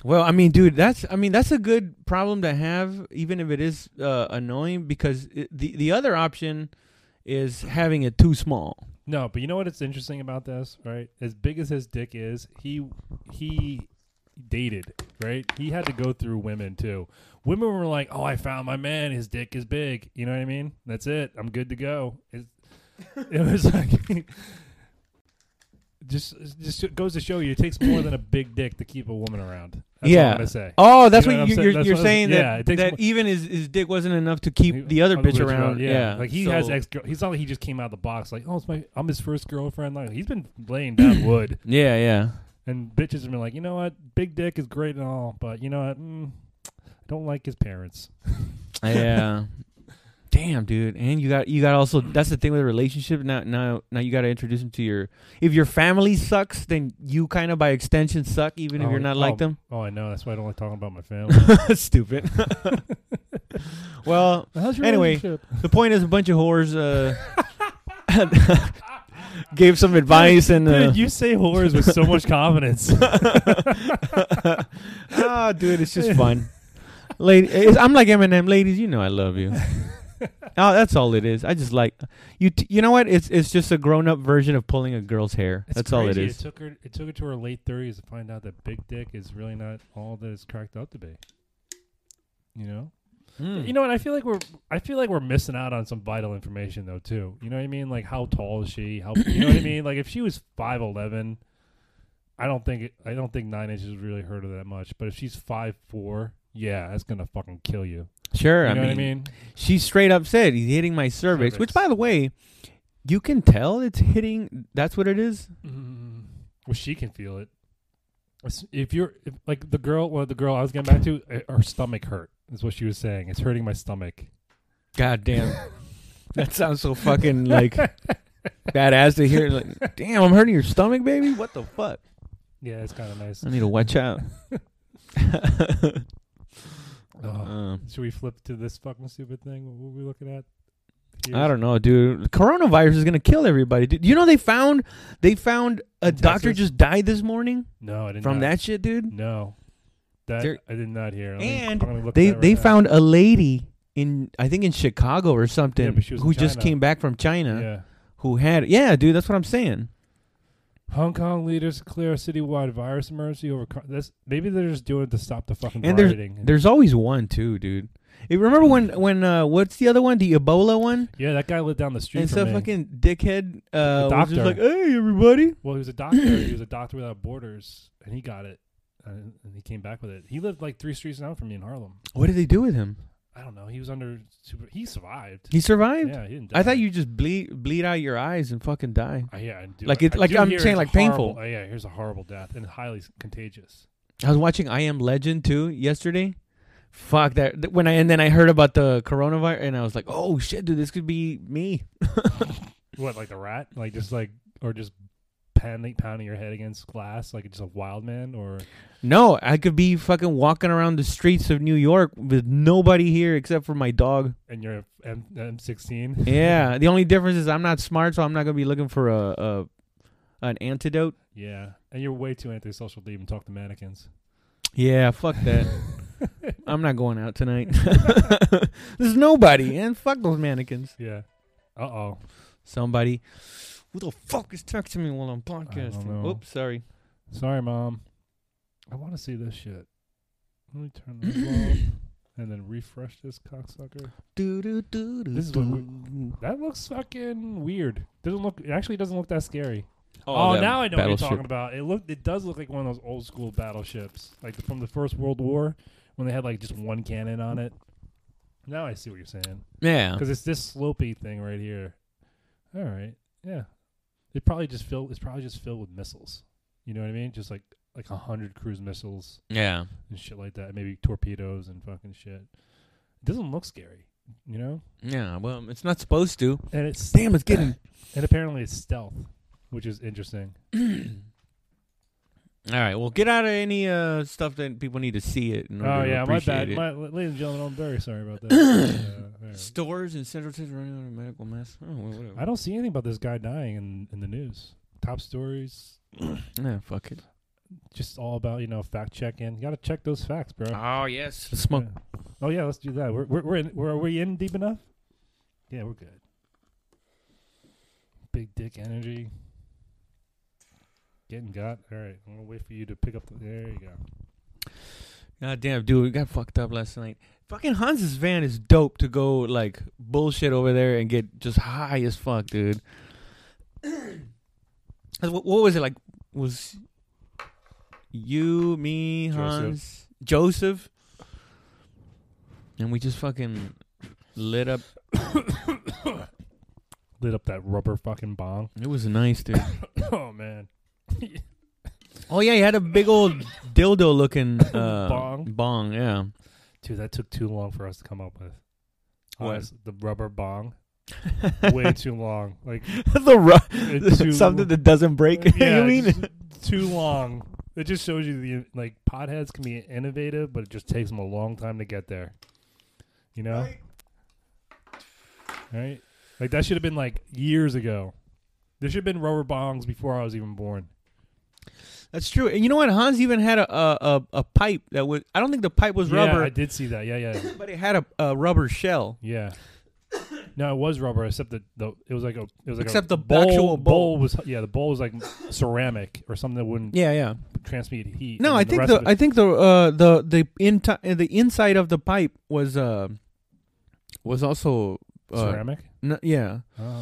Speaker 1: well, I mean, dude, that's I mean that's a good problem to have, even if it is uh, annoying, because it, the the other option is having it too small.
Speaker 2: No, but you know what? It's interesting about this, right? As big as his dick is, he he dated, right? He had to go through women too. Women were like, "Oh, I found my man. His dick is big." You know what I mean? That's it. I'm good to go. It, it was like just just goes to show you, it takes more than a big dick to keep a woman around. That's
Speaker 1: Yeah.
Speaker 2: what I'm gonna say.
Speaker 1: Oh, that's
Speaker 2: You know
Speaker 1: what,
Speaker 2: what I'm
Speaker 1: you,
Speaker 2: saying?
Speaker 1: you're,
Speaker 2: That's
Speaker 1: you're
Speaker 2: what I'm-
Speaker 1: saying
Speaker 2: yeah, it
Speaker 1: that,
Speaker 2: takes
Speaker 1: that
Speaker 2: mo-
Speaker 1: even his, his dick wasn't enough to keep the other bitch around. Yeah.
Speaker 2: like he
Speaker 1: So-
Speaker 2: has ex. Like he just came out of the box like, oh, it's my, I'm his first girlfriend. Like he's been laying down wood,
Speaker 1: Yeah, yeah.
Speaker 2: and bitches have been like, you know what, big dick is great and all, but you know what, mm, I don't like his parents.
Speaker 1: Yeah. Damn, dude. And you got you got also that's the thing with a relationship. Now now now you gotta introduce them to your if your family sucks, then you kind of by extension suck even if
Speaker 2: Oh,
Speaker 1: you're not
Speaker 2: oh.
Speaker 1: like them.
Speaker 2: Oh, I know. That's why I don't like talking about my family.
Speaker 1: Stupid. well,
Speaker 2: How's your
Speaker 1: Anyway.
Speaker 2: relationship?
Speaker 1: the point is a bunch of whores uh gave some advice and uh,
Speaker 2: Dude, you say whores with so much confidence.
Speaker 1: Ah, dude, it's just fun. Lady, it's, I'm like Eminem. Ladies, you know I love you. oh, that's all it is. I just like you. T- you know what? It's it's just a grown up version of pulling a girl's hair.
Speaker 2: It's
Speaker 1: that's all it
Speaker 2: crazy.
Speaker 1: is.
Speaker 2: It took her. It took her to her late thirties to find out that big dick is really not all that it's cracked up to be. You know.
Speaker 1: Mm.
Speaker 2: You know what? I feel like we're. I feel like we're missing out on some vital information though too. You know what I mean? Like how tall is she? How you know what I mean? Like if she was five eleven, I don't think. It, I don't think nine inches really hurt her that much. But if she's five four, yeah, that's gonna fucking kill you.
Speaker 1: sure.
Speaker 2: You
Speaker 1: I,
Speaker 2: know
Speaker 1: mean,
Speaker 2: what I mean?
Speaker 1: she straight up said he's hitting my cervix, which, by
Speaker 2: Cervix.
Speaker 1: the way, you can tell it's hitting. That's what it is.
Speaker 2: Mm. Well, she can feel it. It's- If you're if, like the girl, well, the girl I was getting back to, uh, her stomach hurt. Is what she was saying. It's hurting my stomach.
Speaker 1: God damn. that sounds so fucking like badass to hear. Like, damn, I'm hurting your stomach, baby. What the fuck?
Speaker 2: Yeah, it's kind of nice.
Speaker 1: I need to watch out.
Speaker 2: Oh.
Speaker 1: Uh,
Speaker 2: Should we flip to this fucking stupid thing? What were we looking at?
Speaker 1: I don't know, dude. Coronavirus is gonna kill everybody. Dude. You know they found they found a
Speaker 2: In
Speaker 1: doctor
Speaker 2: Texas? uh,
Speaker 1: just died this morning
Speaker 2: No, I didn't.
Speaker 1: from that shit, dude.
Speaker 2: No, that
Speaker 1: There-
Speaker 2: I did not hear. Let
Speaker 1: And
Speaker 2: I'm gonna look
Speaker 1: They
Speaker 2: at that right
Speaker 1: they
Speaker 2: now.
Speaker 1: found a lady in I think in Chicago or something
Speaker 2: Yeah, but she was in
Speaker 1: who just
Speaker 2: China.
Speaker 1: came back from China
Speaker 2: Yeah.
Speaker 1: who had yeah, dude. That's what I'm saying.
Speaker 2: Hong Kong leaders clear a citywide virus emergency over. co- That's maybe they're just doing it to stop the fucking
Speaker 1: And there's-
Speaker 2: rioting.
Speaker 1: There's always one too, dude. Hey, remember when when uh, what's the other one? The Ebola one.
Speaker 2: yeah, that guy lived down the street
Speaker 1: And
Speaker 2: from
Speaker 1: some
Speaker 2: me.
Speaker 1: fucking dickhead uh, was just
Speaker 2: doctor.
Speaker 1: like, "Hey, everybody."
Speaker 2: Well, he was a doctor. he was a doctor without borders, and he got it, and, and he came back with it. He lived like three streets down from me in Harlem.
Speaker 1: What did they do with him?
Speaker 2: I don't know. He was under super. He survived.
Speaker 1: He survived.
Speaker 2: yeah, he didn't. Die.
Speaker 1: I thought you just bleed bleed out your eyes and fucking die.
Speaker 2: I- yeah, I do,
Speaker 1: Like it-
Speaker 2: I
Speaker 1: like
Speaker 2: do
Speaker 1: I'm
Speaker 2: hear
Speaker 1: saying,
Speaker 2: it's
Speaker 1: like,
Speaker 2: horrible-
Speaker 1: painful.
Speaker 2: oh, yeah, here's a horrible death and highly s- contagious.
Speaker 1: I was watching I Am Legend too yesterday. Fuck that th- when I and then I heard about the coronavirus and I was like, oh shit, dude, this could be me.
Speaker 2: What, like the rat? Like just like or just pounding pounding your head against glass, like just a wild man, or
Speaker 1: No, I could be fucking walking around the streets of New York with nobody here except for my dog.
Speaker 2: and you're a M M sixteen.
Speaker 1: Yeah, the only difference is I'm not smart, so I'm not gonna be looking for a, a an antidote.
Speaker 2: yeah, and you're way too antisocial to even talk to mannequins.
Speaker 1: Yeah, fuck that. I'm not going out tonight. There's nobody, and fuck those mannequins.
Speaker 2: Yeah. Uh oh.
Speaker 1: somebody. Who the fuck is texting me while I'm podcasting?
Speaker 2: know.
Speaker 1: Oops, sorry.
Speaker 2: Sorry, mom. I want to see this shit. Let me turn this off and then refresh this cocksucker.
Speaker 1: Do, do, do, do,
Speaker 2: This is what we-
Speaker 1: do.
Speaker 2: That looks fucking weird. Doesn't look. It actually doesn't look that scary.
Speaker 1: Oh,
Speaker 2: Oh,
Speaker 1: that
Speaker 2: now I know what you're
Speaker 1: battleship.
Speaker 2: talking about. It looked. It does look like one of those old school battleships, like from the First World War, when they had like just one cannon on it. Now I see what you're saying
Speaker 1: Yeah.
Speaker 2: because it's this slopey thing right here. All right. Yeah. It probably just filled. It's probably just filled with missiles. You know what I mean? Just like like a hundred cruise missiles.
Speaker 1: Yeah.
Speaker 2: and shit like that. Maybe torpedoes and fucking shit. It doesn't look scary, you know.
Speaker 1: Yeah. Well, it's not supposed to.
Speaker 2: And it's
Speaker 1: Damn, it's getting.
Speaker 2: and apparently it's stealth, which is interesting.
Speaker 1: All right. Well, get out of any uh, stuff that people need to see it. in order
Speaker 2: Oh
Speaker 1: to
Speaker 2: yeah, my
Speaker 1: appreciate
Speaker 2: bad.
Speaker 1: it.
Speaker 2: My, ladies and gentlemen, I'm very sorry about that. Uh, yeah.
Speaker 1: Stores and central Texas running out of medical mess. Oh, well, whatever.
Speaker 2: I don't see anything about this guy dying in in the news. Top stories,
Speaker 1: Yeah, fuck it.
Speaker 2: just all about you know fact checking. You gotta check those facts, bro.
Speaker 1: Oh yes. Smoke.
Speaker 2: Yeah. Oh yeah, let's do that. We're we're, we're in, we're are we in deep enough? Yeah, we're good. Big dick energy. Getting got. All right, I'm gonna wait for you to pick up. The, there you go.
Speaker 1: God damn, dude, we got fucked up last night. Fucking Hans's van is dope to go like bullshit over there and get just high as fuck, dude. Wh- What was it like? Was you, me,
Speaker 3: Joseph.
Speaker 1: Hans, Joseph, and we just fucking lit up.
Speaker 2: Lit up that rubber fucking bong.
Speaker 1: It was nice, dude.
Speaker 2: Oh man.
Speaker 1: oh yeah, he had a big old dildo looking uh,
Speaker 2: Bong.
Speaker 1: Bong, yeah.
Speaker 2: Dude, that took too long for us to come up with.
Speaker 1: What?
Speaker 2: Honest, the rubber bong. Way too long. Like
Speaker 1: the
Speaker 2: It's too-
Speaker 1: ru- something that doesn't break.
Speaker 2: yeah,
Speaker 1: you mean?
Speaker 2: it's too long. It just shows you the like potheads can be innovative, but it just takes them a long time to get there. You know, right? Like that should have been like years ago. There should have been rubber bongs before I was even born.
Speaker 1: That's true. And you know what? Hans even had a a, a, a pipe that was. I don't think the pipe was
Speaker 2: Yeah,
Speaker 1: rubber,
Speaker 2: I did see that. Yeah, yeah,
Speaker 1: but it had a, a rubber shell.
Speaker 2: yeah. No, it was rubber, except the, the it was like a it was like
Speaker 1: Except
Speaker 2: a
Speaker 1: the
Speaker 2: bowl,
Speaker 1: actual bowl.
Speaker 2: bowl was yeah the bowl was like ceramic or something that wouldn't
Speaker 1: Yeah, yeah.
Speaker 2: transmit heat.
Speaker 1: No,
Speaker 2: and
Speaker 1: I
Speaker 2: the
Speaker 1: think
Speaker 2: rest
Speaker 1: the,
Speaker 2: of it-
Speaker 1: I think the uh, the the inti- uh, the inside of the pipe was uh, was also uh,
Speaker 2: ceramic.
Speaker 1: n- yeah,
Speaker 2: Oh,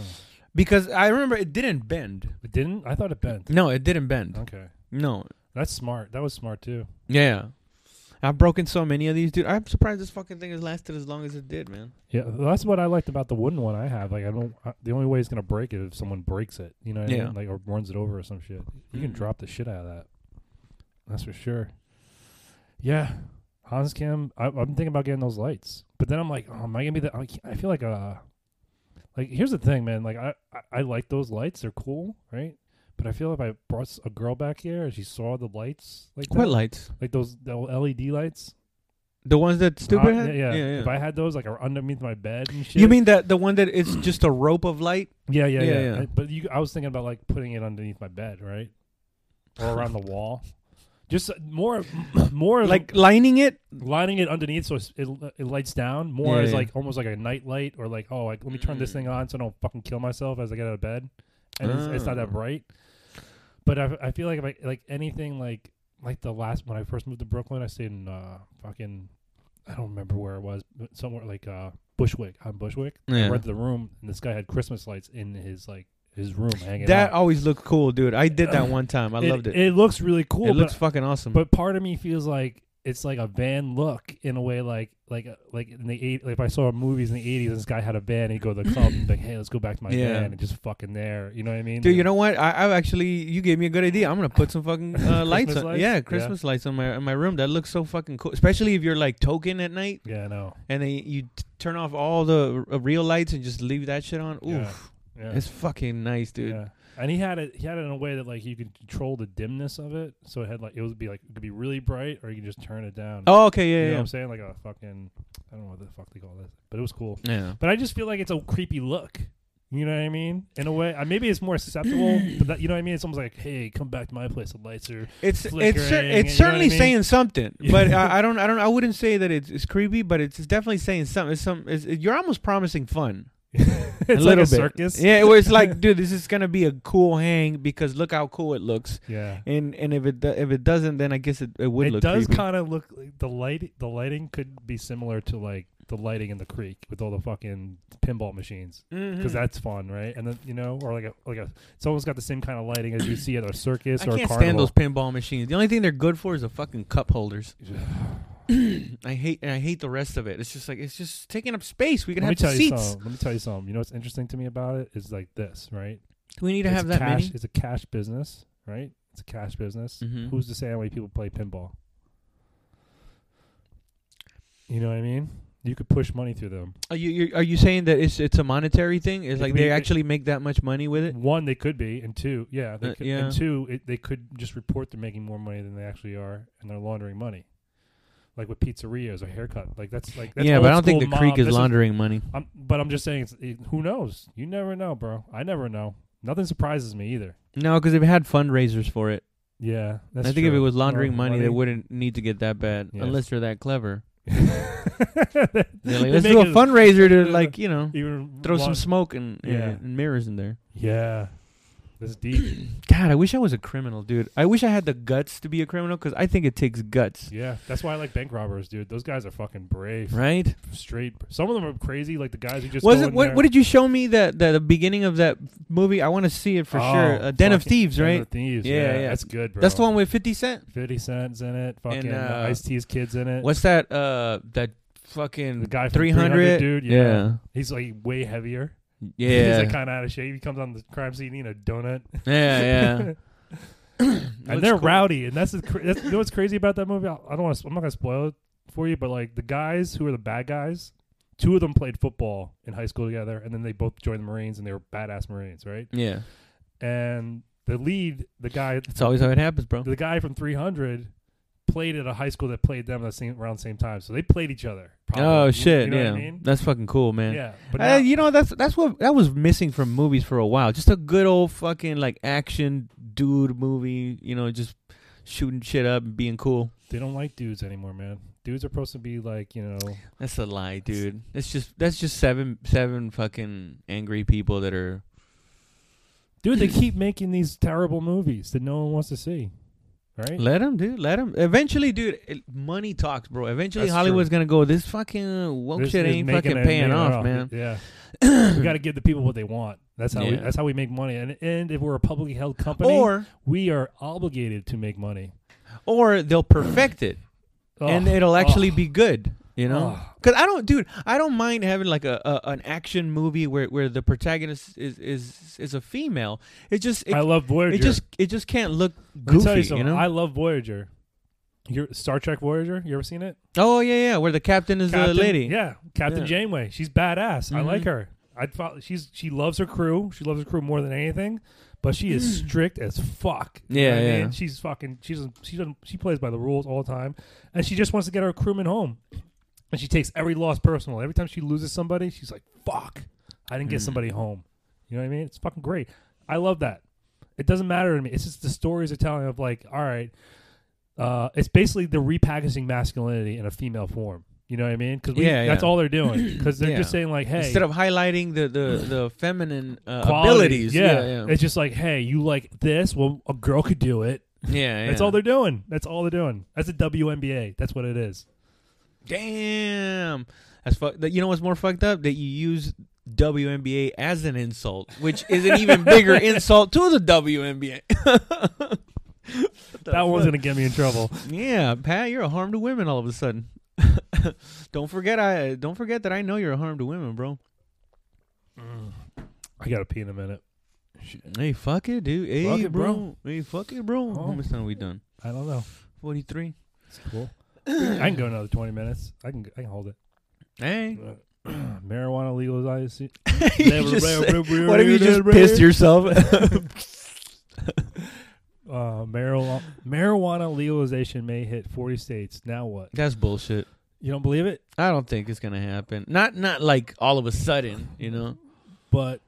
Speaker 1: because I remember it didn't bend.
Speaker 2: it didn't. I thought it bent.
Speaker 1: No, it didn't bend.
Speaker 2: Okay.
Speaker 1: No,
Speaker 2: That's smart. That was smart too.
Speaker 1: yeah. I've broken so many of these, dude. I'm surprised this fucking thing has lasted as long as it did, man.
Speaker 2: Yeah, that's what I liked about the wooden one I have. Like I don't. I, the only way it's gonna break it if someone breaks it. You know. What I
Speaker 1: Yeah.
Speaker 2: mean? Like or runs it over or some shit. You can
Speaker 1: Mhm.
Speaker 2: drop the shit out of that. That's for sure. Yeah, Hans Kim. I, I'm thinking about getting those lights, but then I'm like, oh, am I gonna be the? I can't- I feel like uh, like here's the thing, man. Like I, I, I like those lights. They're cool, right? But I feel if I brought s- a girl back here and she saw the lights, like
Speaker 1: What
Speaker 2: that,
Speaker 1: lights?
Speaker 2: like those the LED lights,
Speaker 1: The ones that stupid
Speaker 2: Uh,
Speaker 1: had?
Speaker 2: Yeah,
Speaker 1: yeah.
Speaker 2: If I had those, like underneath my bed and shit.
Speaker 1: you mean that the one that is just a rope of light?
Speaker 2: Yeah, yeah, yeah.
Speaker 1: Yeah, yeah.
Speaker 2: I- but you, I was thinking about like putting it underneath my bed, right, or around the wall. Just uh, more, more like
Speaker 1: Like lining it?
Speaker 2: lining it underneath so it's- it, it lights down. More
Speaker 1: Yeah,
Speaker 2: as
Speaker 1: yeah.
Speaker 2: like almost like a night light, or like oh, like let me turn this
Speaker 1: Mm.
Speaker 2: thing on so I don't fucking kill myself as I get out of bed, and it's, it's not
Speaker 1: Ah.
Speaker 2: that bright. But I, I feel like if I, like anything like like the last when I first moved to Brooklyn, I stayed in uh fucking I don't remember where it was, but somewhere like uh Bushwick on Bushwick. I
Speaker 1: Yeah.
Speaker 2: rented the room, and this guy had Christmas lights in his like his room hanging.
Speaker 1: That
Speaker 2: out.
Speaker 1: always looked cool, dude. I did that one time. I loved it. It,
Speaker 2: It looks really cool. but
Speaker 1: looks fucking awesome.
Speaker 2: but part of me feels like it's like a van look in a way, like like like in the eight. Like if I saw movies in the eighties, this guy had a van, he'd go to the club and be like, "Hey, let's go back to my
Speaker 1: Yeah.
Speaker 2: van and just fucking there." You know what I mean?
Speaker 1: Dude, you know what? I, I actually you gave me a good idea. I'm gonna put some fucking uh, lights
Speaker 2: Christmas
Speaker 1: on.
Speaker 2: lights? Yeah.
Speaker 1: Yeah, Christmas lights on my in my room. That looks so fucking cool. Especially if you're like token at night
Speaker 2: Yeah, I know.
Speaker 1: and then you t- turn off all the r- uh, real lights and just leave that shit on. Oof,
Speaker 2: Yeah. Yeah,
Speaker 1: it's fucking nice, dude.
Speaker 2: yeah. And he had it. He had it in a way that like you could control the dimness of it, so it had like it would be like it could be really bright, or you could just turn it down.
Speaker 1: Oh, okay, yeah,
Speaker 2: you know
Speaker 1: yeah,
Speaker 2: what I'm saying? Like a fucking I don't know what the fuck they call this, but it was cool.
Speaker 1: yeah. yeah.
Speaker 2: But I just feel like it's a creepy look. You know what I mean? In a way, uh, maybe it's more acceptable. but that, you know what I mean? It's almost like, hey, come back to my place. The lights are.
Speaker 1: It's
Speaker 2: Flickering,
Speaker 1: it's
Speaker 2: you
Speaker 1: cer-
Speaker 2: know what I
Speaker 1: it's certainly
Speaker 2: mean?
Speaker 1: saying something,
Speaker 2: Yeah.
Speaker 1: but I, I don't I don't I wouldn't say that it's, it's creepy, but it's, it's definitely saying something. It's some it's, you're almost promising fun.
Speaker 2: it's
Speaker 1: a little
Speaker 2: like a
Speaker 1: bit.
Speaker 2: circus.
Speaker 1: Yeah, it was like, dude, this is gonna be a cool hang because look how cool it looks.
Speaker 2: Yeah.
Speaker 1: And and if it do, if it doesn't, then I guess it, it would
Speaker 2: it
Speaker 1: look.
Speaker 2: does
Speaker 1: creepy.
Speaker 2: kind of look like the light. The lighting could be similar to like the lighting in the creek with all the fucking pinball machines because
Speaker 1: Mhm.
Speaker 2: that's fun, right? And then you know, or like a like a. It's almost got the same kind of lighting as you see at a circus
Speaker 1: I
Speaker 2: or
Speaker 1: can't
Speaker 2: a
Speaker 1: stand
Speaker 2: carnival.
Speaker 1: those pinball machines. The only thing they're good for is the fucking cup holders. I hate and I hate the rest of it. It's just like it's just taking up space. We can
Speaker 2: Let me
Speaker 1: have
Speaker 2: tell
Speaker 1: seats.
Speaker 2: you something. Let me tell you something. You know what's interesting to me about it is like this, right?
Speaker 1: Do we need to
Speaker 2: it's
Speaker 1: have that
Speaker 2: cash,
Speaker 1: many?
Speaker 2: It's a cash business, right? It's a cash business.
Speaker 1: Mhm.
Speaker 2: Who's to say how many people play pinball? You know what I mean? You could push money through them.
Speaker 1: Are you you're, are you saying that it's it's a monetary thing? It's
Speaker 2: It
Speaker 1: like
Speaker 2: could be-
Speaker 1: they actually make that much money with it?
Speaker 2: One, they could be, and two, yeah, they
Speaker 1: Uh,
Speaker 2: could,
Speaker 1: yeah.
Speaker 2: and two, it, they could just report they're making more money than they actually are, and they're laundering money, like with pizzerias or haircut. Like that's like that's
Speaker 1: yeah, but I
Speaker 2: old
Speaker 1: don't think the
Speaker 2: school
Speaker 1: creek
Speaker 2: mob.
Speaker 1: is
Speaker 2: This
Speaker 1: laundering money.
Speaker 2: I'm, but I'm just saying, it's, it, who knows? You never know, bro. I never know. Nothing surprises me either.
Speaker 1: No, because they've had fundraisers for it.
Speaker 2: Yeah, that's
Speaker 1: I think if
Speaker 2: true.
Speaker 1: it was laundering
Speaker 2: Or
Speaker 1: money, they wouldn't need to get that bad
Speaker 2: Yeah.
Speaker 1: unless they're that clever. They're
Speaker 2: They
Speaker 1: like, let's
Speaker 2: make
Speaker 1: do a
Speaker 2: it
Speaker 1: fundraiser to
Speaker 2: Yeah.
Speaker 1: like you know
Speaker 2: even
Speaker 1: throw
Speaker 2: lo-
Speaker 1: some smoke and,
Speaker 2: Yeah.
Speaker 1: and mirrors in there.
Speaker 2: Yeah, That's deep.
Speaker 1: God, I wish I was a criminal, dude. I wish I had the guts to be a criminal because I think it takes guts,
Speaker 2: Yeah, that's why I like bank robbers, dude. Those guys are fucking brave.
Speaker 1: right?
Speaker 2: Straight. Some of them are crazy, like the guys who just
Speaker 1: Was
Speaker 2: go
Speaker 1: it
Speaker 2: in
Speaker 1: what?
Speaker 2: there-
Speaker 1: What did you show me that that the beginning of that movie? I want to see it for
Speaker 2: Oh,
Speaker 1: sure. Uh, Den of
Speaker 2: fucking
Speaker 1: Thieves,
Speaker 2: Den
Speaker 1: right?
Speaker 2: of Thieves,
Speaker 1: Yeah,
Speaker 2: Yeah,
Speaker 1: yeah.
Speaker 2: that's good, bro.
Speaker 1: That's the one with Fifty Cent.
Speaker 2: Fifty Cent's in it. Fucking
Speaker 1: And,
Speaker 2: uh,
Speaker 1: uh,
Speaker 2: Ice T's kids in it.
Speaker 1: What's that? Uh, that fucking
Speaker 2: the guy from
Speaker 1: 300?
Speaker 2: dude? Yeah.
Speaker 1: Yeah,
Speaker 2: he's like way heavier.
Speaker 1: yeah,
Speaker 2: he's
Speaker 1: yeah,
Speaker 2: like kind of out of shape. He comes on the crime scene eating a donut,
Speaker 1: yeah. Looks
Speaker 2: and they're
Speaker 1: cool.
Speaker 2: rowdy. And that's, the cra- that's you know what's crazy about that movie. I, I don't want to. I'm not gonna spoil it for you, but like the guys who are the bad guys, two of them played football in high school together, and then they both joined the Marines, and they were badass Marines, right?
Speaker 1: Yeah,
Speaker 2: And the lead, the guy,
Speaker 1: that's always how it happens, bro.
Speaker 2: the guy from 300 played at a high school that played them at the same around the same time, so they played each other. probably.
Speaker 1: Oh
Speaker 2: You-
Speaker 1: shit,
Speaker 2: you know
Speaker 1: yeah,
Speaker 2: what I mean?
Speaker 1: that's fucking cool, man.
Speaker 2: yeah. But
Speaker 1: Uh,
Speaker 2: now-
Speaker 1: you know that's that's what that was missing from movies for a while. Just a good old fucking like action dude movie. You know, just shooting shit up and being cool.
Speaker 2: they don't like dudes anymore, man. Dudes are supposed to be like you know.
Speaker 1: That's a lie, dude. That's just that's just seven seven fucking angry people that are.
Speaker 2: Dude, they keep making these terrible movies that no one wants to see. Right?
Speaker 1: Let them, dude. Let them. Eventually, dude. It, money talks, bro. Eventually,
Speaker 2: That's
Speaker 1: Hollywood's gonna go. This fucking woke
Speaker 2: This
Speaker 1: shit
Speaker 2: is
Speaker 1: ain't
Speaker 2: making
Speaker 1: fucking
Speaker 2: a
Speaker 1: paying
Speaker 2: name
Speaker 1: off, man.
Speaker 2: Yeah. we got to give the people what they want. That's how we,
Speaker 1: Yeah.
Speaker 2: that's how we make money. And and if we're a publicly held company,
Speaker 1: Or
Speaker 2: we are obligated to make money.
Speaker 1: or they'll perfect it and
Speaker 2: Ugh.
Speaker 1: it'll
Speaker 2: Ugh.
Speaker 1: actually be good. You know.
Speaker 2: Ugh.
Speaker 1: Cause I don't, dude. I don't mind having like a, a an action movie where, where the protagonist is, is is a female. It just it,
Speaker 2: I love Voyager.
Speaker 1: it just it just can't look
Speaker 2: Let me tell
Speaker 1: goofy, you,
Speaker 2: something.
Speaker 1: know.
Speaker 2: I love Voyager. Your Star Trek Voyager. You ever seen it?
Speaker 1: oh yeah, yeah. Where the captain is a
Speaker 2: Captain-
Speaker 1: lady.
Speaker 2: Yeah, Captain
Speaker 1: Yeah.
Speaker 2: Janeway. She's badass. I
Speaker 1: Mhm.
Speaker 2: like her. I'd follow, she's she loves her crew. She loves her crew more than anything, but she is strict as fuck. You know
Speaker 1: Mm. Yeah,
Speaker 2: what I
Speaker 1: yeah.
Speaker 2: mean? she's fucking. She doesn't. She doesn't. She plays by the rules all the time, and she just wants to get her crewmen home. And she takes every loss personal. Every time she loses somebody, she's like, "Fuck, I didn't get
Speaker 1: Mm.
Speaker 2: somebody home." You know what I mean? It's fucking great. I love that. It doesn't matter to me. It's just the stories they're telling of like, all right, uh, it's basically the repackaging masculinity in a female form. You know what I mean? Because
Speaker 1: Yeah,
Speaker 2: that's
Speaker 1: yeah.
Speaker 2: all they're doing. Because they're
Speaker 1: Yeah.
Speaker 2: just saying like, hey,
Speaker 1: Instead of highlighting the the, the feminine uh,
Speaker 2: quality,
Speaker 1: abilities.
Speaker 2: Yeah.
Speaker 1: yeah, yeah.
Speaker 2: it's just like, hey, you like this? Well, a girl could do it.
Speaker 1: yeah
Speaker 2: That's
Speaker 1: yeah.
Speaker 2: all they're doing. That's all they're doing. That's a WNBA. That's what it is.
Speaker 1: Damn. That's fuck. that- You know what's more fucked up? That you use WNBA as an insult, which is an even bigger insult to the WNBA. What the
Speaker 2: that
Speaker 1: fuck?
Speaker 2: one's gonna get me in trouble.
Speaker 1: Yeah, Pat, you're a harm to women all of a sudden. don't forget I don't forget that I know you're a harm to women, bro.
Speaker 2: I gotta pee in a minute.
Speaker 1: Hey, fuck it, dude. Hey,
Speaker 2: Fuck it,
Speaker 1: bro.
Speaker 2: bro.
Speaker 1: Hey, fuck it, bro. How
Speaker 2: Oh.
Speaker 1: much time we done?
Speaker 2: I don't know.
Speaker 1: 43.
Speaker 2: It's cool. I can go another twenty minutes. I can. I can hold it.
Speaker 1: Hey.
Speaker 2: Marijuana legalized.
Speaker 1: You just said- what if you just pissed yourself?
Speaker 2: uh, marijuana, marijuana legalization may hit 40 states. Now what?
Speaker 1: That's bullshit.
Speaker 2: You don't believe it?
Speaker 1: I don't think it's gonna happen. Not not like all of a sudden, you know.
Speaker 2: But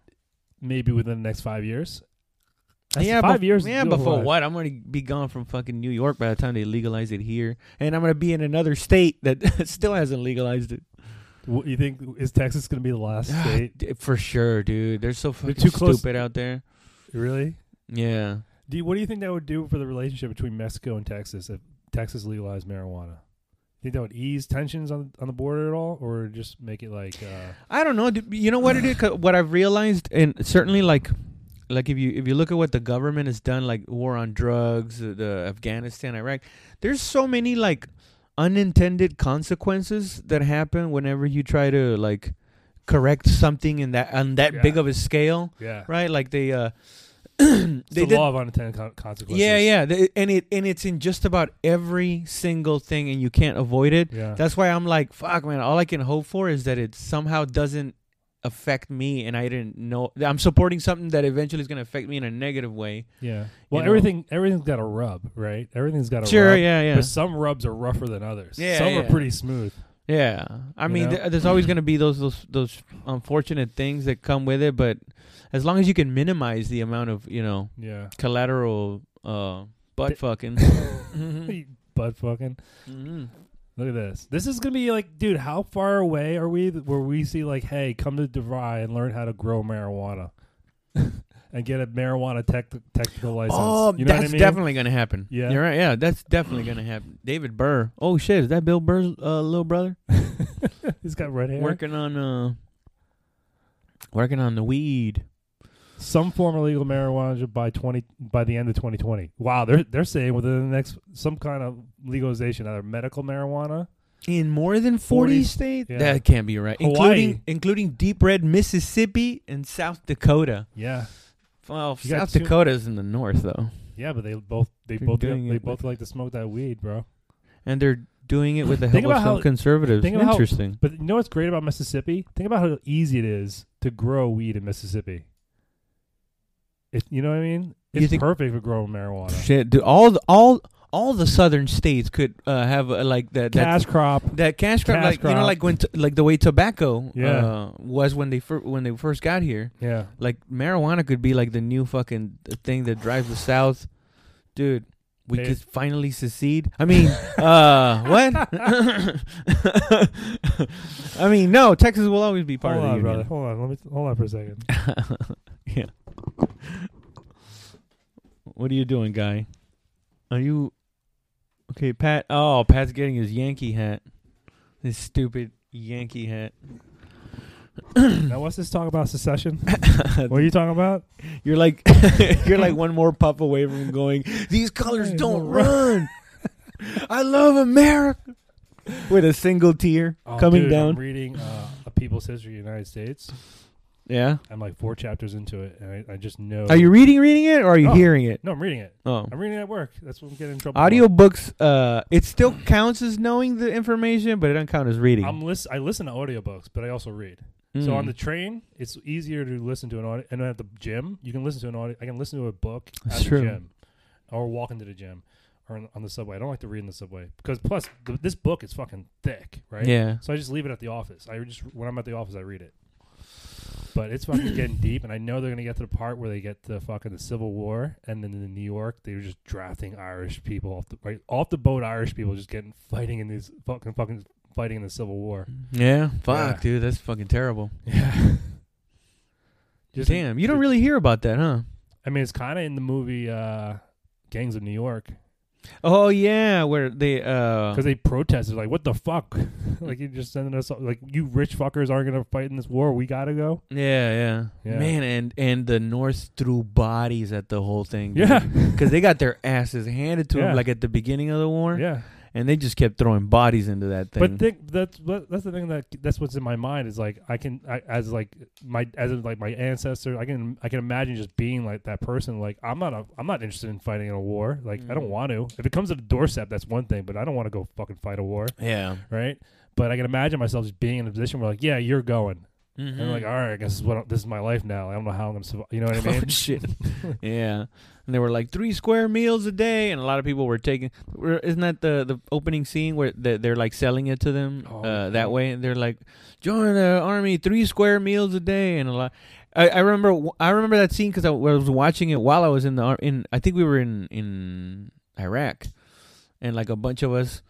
Speaker 2: maybe within the next five years. That's
Speaker 1: yeah,
Speaker 2: five
Speaker 1: bef-
Speaker 2: years.
Speaker 1: Yeah,
Speaker 2: to
Speaker 1: but for
Speaker 2: legalize.
Speaker 1: what? I'm gonna be gone from fucking New York by the time they legalize it here, and I'm gonna be in another state that still hasn't legalized it.
Speaker 2: What, you think is Texas going to be the last state?
Speaker 1: D- For sure, dude. They're so fucking
Speaker 2: too close-
Speaker 1: stupid out there.
Speaker 2: Really?
Speaker 1: Yeah.
Speaker 2: Do you, what do you think that would do for the relationship between Mexico and Texas if Texas legalized marijuana? Think that would ease tensions on on the border at all, or just make it like? Uh,
Speaker 1: I don't know. dude. You know what it is? 'Cause What I've realized, and certainly like, like if you if you look at what the government has done, like war on drugs, uh, the Afghanistan, Iraq. There's so many like unintended consequences that happen whenever you try to like correct something in that on that
Speaker 2: Yeah.
Speaker 1: big of a scale,
Speaker 2: yeah,
Speaker 1: right? Like they uh, they
Speaker 2: It's the
Speaker 1: did
Speaker 2: law of unintended con- consequences.
Speaker 1: yeah, yeah, Th- and it and it's in just about every single thing, and you can't avoid it.
Speaker 2: yeah.
Speaker 1: That's why I'm like, fuck, man. All I can hope for is that it somehow doesn't affect me, and I didn't know. I'm supporting something that eventually is going to affect me in a negative way.
Speaker 2: Yeah. Well,
Speaker 1: know?
Speaker 2: everything everything's got a rub, right? Everything's got a
Speaker 1: sure,
Speaker 2: rub.
Speaker 1: yeah, yeah,
Speaker 2: But some rubs are rougher than others.
Speaker 1: Yeah,
Speaker 2: some
Speaker 1: yeah.
Speaker 2: are pretty smooth.
Speaker 1: yeah. I
Speaker 2: You
Speaker 1: mean,
Speaker 2: know?
Speaker 1: th- there's always going to be those those those unfortunate things that come with it, but as long as you can minimize the amount of you know
Speaker 2: Yeah.
Speaker 1: collateral uh, butt
Speaker 2: Th-
Speaker 1: fucking. Mm-hmm.
Speaker 2: Butt fucking.
Speaker 1: Mhm.
Speaker 2: Look at this. This is gonna be like, dude, how far away are we th- where we see like, hey, come to DeVry and learn how to grow marijuana? and get a marijuana tech technical license.
Speaker 1: Oh,
Speaker 2: you know
Speaker 1: that's
Speaker 2: what I mean?
Speaker 1: definitely gonna happen.
Speaker 2: Yeah.
Speaker 1: you're right. Yeah, that's definitely gonna happen. David Burr. Oh shit, is that Bill Burr's uh, little brother
Speaker 2: He's got red hair.
Speaker 1: working on uh working on the weed?
Speaker 2: Some form of legal marijuana by twenty by the end of 2020. Wow, they're they're saying within the next some kind of legalization, either medical marijuana.
Speaker 1: In more than 40,
Speaker 2: 40,
Speaker 1: states?
Speaker 2: yeah.
Speaker 1: That can't be right.
Speaker 2: Hawaii.
Speaker 1: Including including deep red Mississippi and South Dakota.
Speaker 2: Yeah,
Speaker 1: Well,
Speaker 2: You got
Speaker 1: South
Speaker 2: two-
Speaker 1: Dakota's in the north though.
Speaker 2: yeah, but they both they
Speaker 1: They're
Speaker 2: both
Speaker 1: doing
Speaker 2: they
Speaker 1: it
Speaker 2: both like to smoke that weed, bro.
Speaker 1: And they're doing it with the help
Speaker 2: Think
Speaker 1: of
Speaker 2: about
Speaker 1: some
Speaker 2: how-
Speaker 1: conservatives.
Speaker 2: think about how-
Speaker 1: Interesting.
Speaker 2: But you know what's great about Mississippi? Think about how easy it is to grow weed in Mississippi. It, you know what I mean?
Speaker 1: You
Speaker 2: It's
Speaker 1: think-
Speaker 2: perfect for growing marijuana.
Speaker 1: Shit, dude, all the, all all the southern states could uh, have uh, like that that
Speaker 2: Cash crop.
Speaker 1: That cash crop,
Speaker 2: Cash
Speaker 1: like you know,
Speaker 2: crop.
Speaker 1: like when t- like the way tobacco
Speaker 2: Yeah.
Speaker 1: uh, was when they fir- when they first got here.
Speaker 2: Yeah.
Speaker 1: Like marijuana could be like the new fucking thing that drives the South, dude. We
Speaker 2: Hey.
Speaker 1: could finally secede. I mean, uh, what? I mean, no. Texas will always be part
Speaker 2: hold on,
Speaker 1: of the
Speaker 2: brother.
Speaker 1: union.
Speaker 2: Hold on. Let me hold on for a second.
Speaker 1: yeah. What are you doing, guy? Are you okay, Pat? Oh, Pat's getting his Yankee hat. His stupid Yankee hat.
Speaker 2: now, what's this talk about secession? what are you talking about?
Speaker 1: You're like you're like one more puff away from going. These colors
Speaker 2: Hey,
Speaker 1: don't
Speaker 2: don't
Speaker 1: run. I love America. With a single tear coming
Speaker 2: Oh, dude,
Speaker 1: down.
Speaker 2: I'm reading uh, a People's History of the United States.
Speaker 1: yeah.
Speaker 2: I'm like four chapters into it, and I, I just know.
Speaker 1: Are you reading reading it or are you
Speaker 2: Oh.
Speaker 1: hearing it?
Speaker 2: No, I'm reading it.
Speaker 1: Oh.
Speaker 2: I'm reading it at work. That's what I'm getting in trouble. for.
Speaker 1: Audiobooks uh it still counts as knowing the information, but it doesn't count as reading.
Speaker 2: I'm lis- I listen to audiobooks, but I also read. So
Speaker 1: Mm.
Speaker 2: on the train, it's easier to listen to an audio. And at the gym, you can listen to an audio. I can listen to a book
Speaker 1: That's
Speaker 2: at
Speaker 1: true.
Speaker 2: the gym, or walk into the gym, or on, on the subway. I don't like to read in the subway because plus th- this book is fucking thick, right?
Speaker 1: Yeah.
Speaker 2: So I just leave it at the office. I just when I'm at the office, I read it. But it's fucking getting deep, and I know they're gonna get to the part where they get to fucking the Civil War, and then in New York, they were just drafting Irish people off the right off the boat. Irish people just getting fighting in these fucking fucking fighting in the Civil War.
Speaker 1: Yeah. Fuck,
Speaker 2: Yeah.
Speaker 1: dude, that's fucking terrible.
Speaker 2: Yeah. Just
Speaker 1: Damn, you don't really hear about that, huh?
Speaker 2: I mean, it's kind of in the movie uh, Gangs of New York
Speaker 1: Oh yeah, where they uh
Speaker 2: because they protested like, "What the fuck? like you just sending us like you rich fuckers aren't gonna fight in this war. We gotta go."
Speaker 1: yeah, yeah,
Speaker 2: Yeah.
Speaker 1: Man, and and the North threw bodies at the whole thing.
Speaker 2: Yeah,
Speaker 1: Cuz they got their asses handed to
Speaker 2: Yeah.
Speaker 1: them like at the beginning of the war
Speaker 2: yeah.
Speaker 1: and they just kept throwing bodies into that thing.
Speaker 2: But think that's what- that's the thing that that's what's in my mind is like I can I, as like my as in, like my ancestor I can I can imagine just being like that person like I'm not a, I'm not interested in fighting in a war like I don't
Speaker 1: Mhm.
Speaker 2: want to if it comes to the doorstep that's one thing but I don't want to go fucking fight a war
Speaker 1: yeah.
Speaker 2: right but I can imagine myself just being in a position where like yeah you're going
Speaker 1: Mm-hmm.
Speaker 2: And like, all right, I guess this is what this is my life now. I don't know how I'm gonna survive. You know what I mean?
Speaker 1: Oh, shit. yeah. And they were like three square meals a day and a lot of people were taking were- isn't that the the opening scene where they, they're like selling it to them
Speaker 2: Oh,
Speaker 1: uh,
Speaker 2: yeah.
Speaker 1: that way and they're like join the army three square meals a day and a lot I, I remember w- I remember that scene cuz I was watching it while I was in the ar- in I think we were in in Iraq and like a bunch of us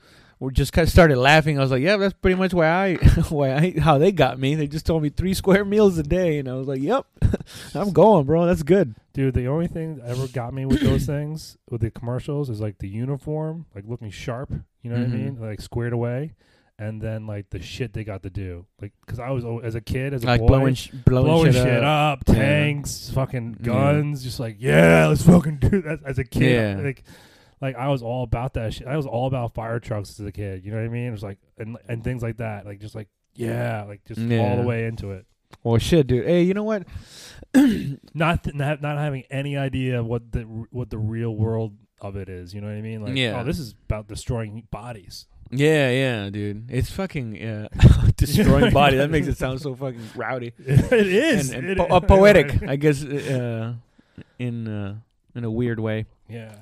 Speaker 1: were just kind of started laughing. I was like, "Yeah, that's pretty much why I, why I, how they got me. They just told me three square meals a day, and I was like, "Yep, I'm going, bro. That's good."
Speaker 2: Dude, the only thing that ever got me with those things with the commercials is like the uniform, like looking sharp. You know what I
Speaker 1: Mhm.
Speaker 2: mean? Like squared away, and then like the shit they got to do. Like, cause I was al- as a kid, as a
Speaker 1: Like
Speaker 2: boy,
Speaker 1: blowing, sh- blowing,
Speaker 2: blowing
Speaker 1: shit, up.
Speaker 2: up,
Speaker 1: Yeah. Mm-hmm.
Speaker 2: tanks, fucking
Speaker 1: Yeah.
Speaker 2: guns, just like yeah, let's fucking do that. As a kid,
Speaker 1: Yeah.
Speaker 2: like, like I was all about that shit. I was all about fire trucks as a kid. You know what I mean? It was like and and things like that. Like just like yeah, like just all
Speaker 1: Yeah.
Speaker 2: the way into it.
Speaker 1: Well, shit, dude. Hey, you know what?
Speaker 2: not th- not not having any idea what the what the real world of it is. You know what I mean? Like,
Speaker 1: Yeah.
Speaker 2: oh, this is about destroying bodies.
Speaker 1: Yeah, yeah, dude. It's fucking yeah. destroying body. That makes it sound so fucking rowdy
Speaker 2: it is
Speaker 1: and, and
Speaker 2: It
Speaker 1: po-
Speaker 2: is.
Speaker 1: uh, poetic, I guess, uh, in uh, in a weird way.
Speaker 2: yeah,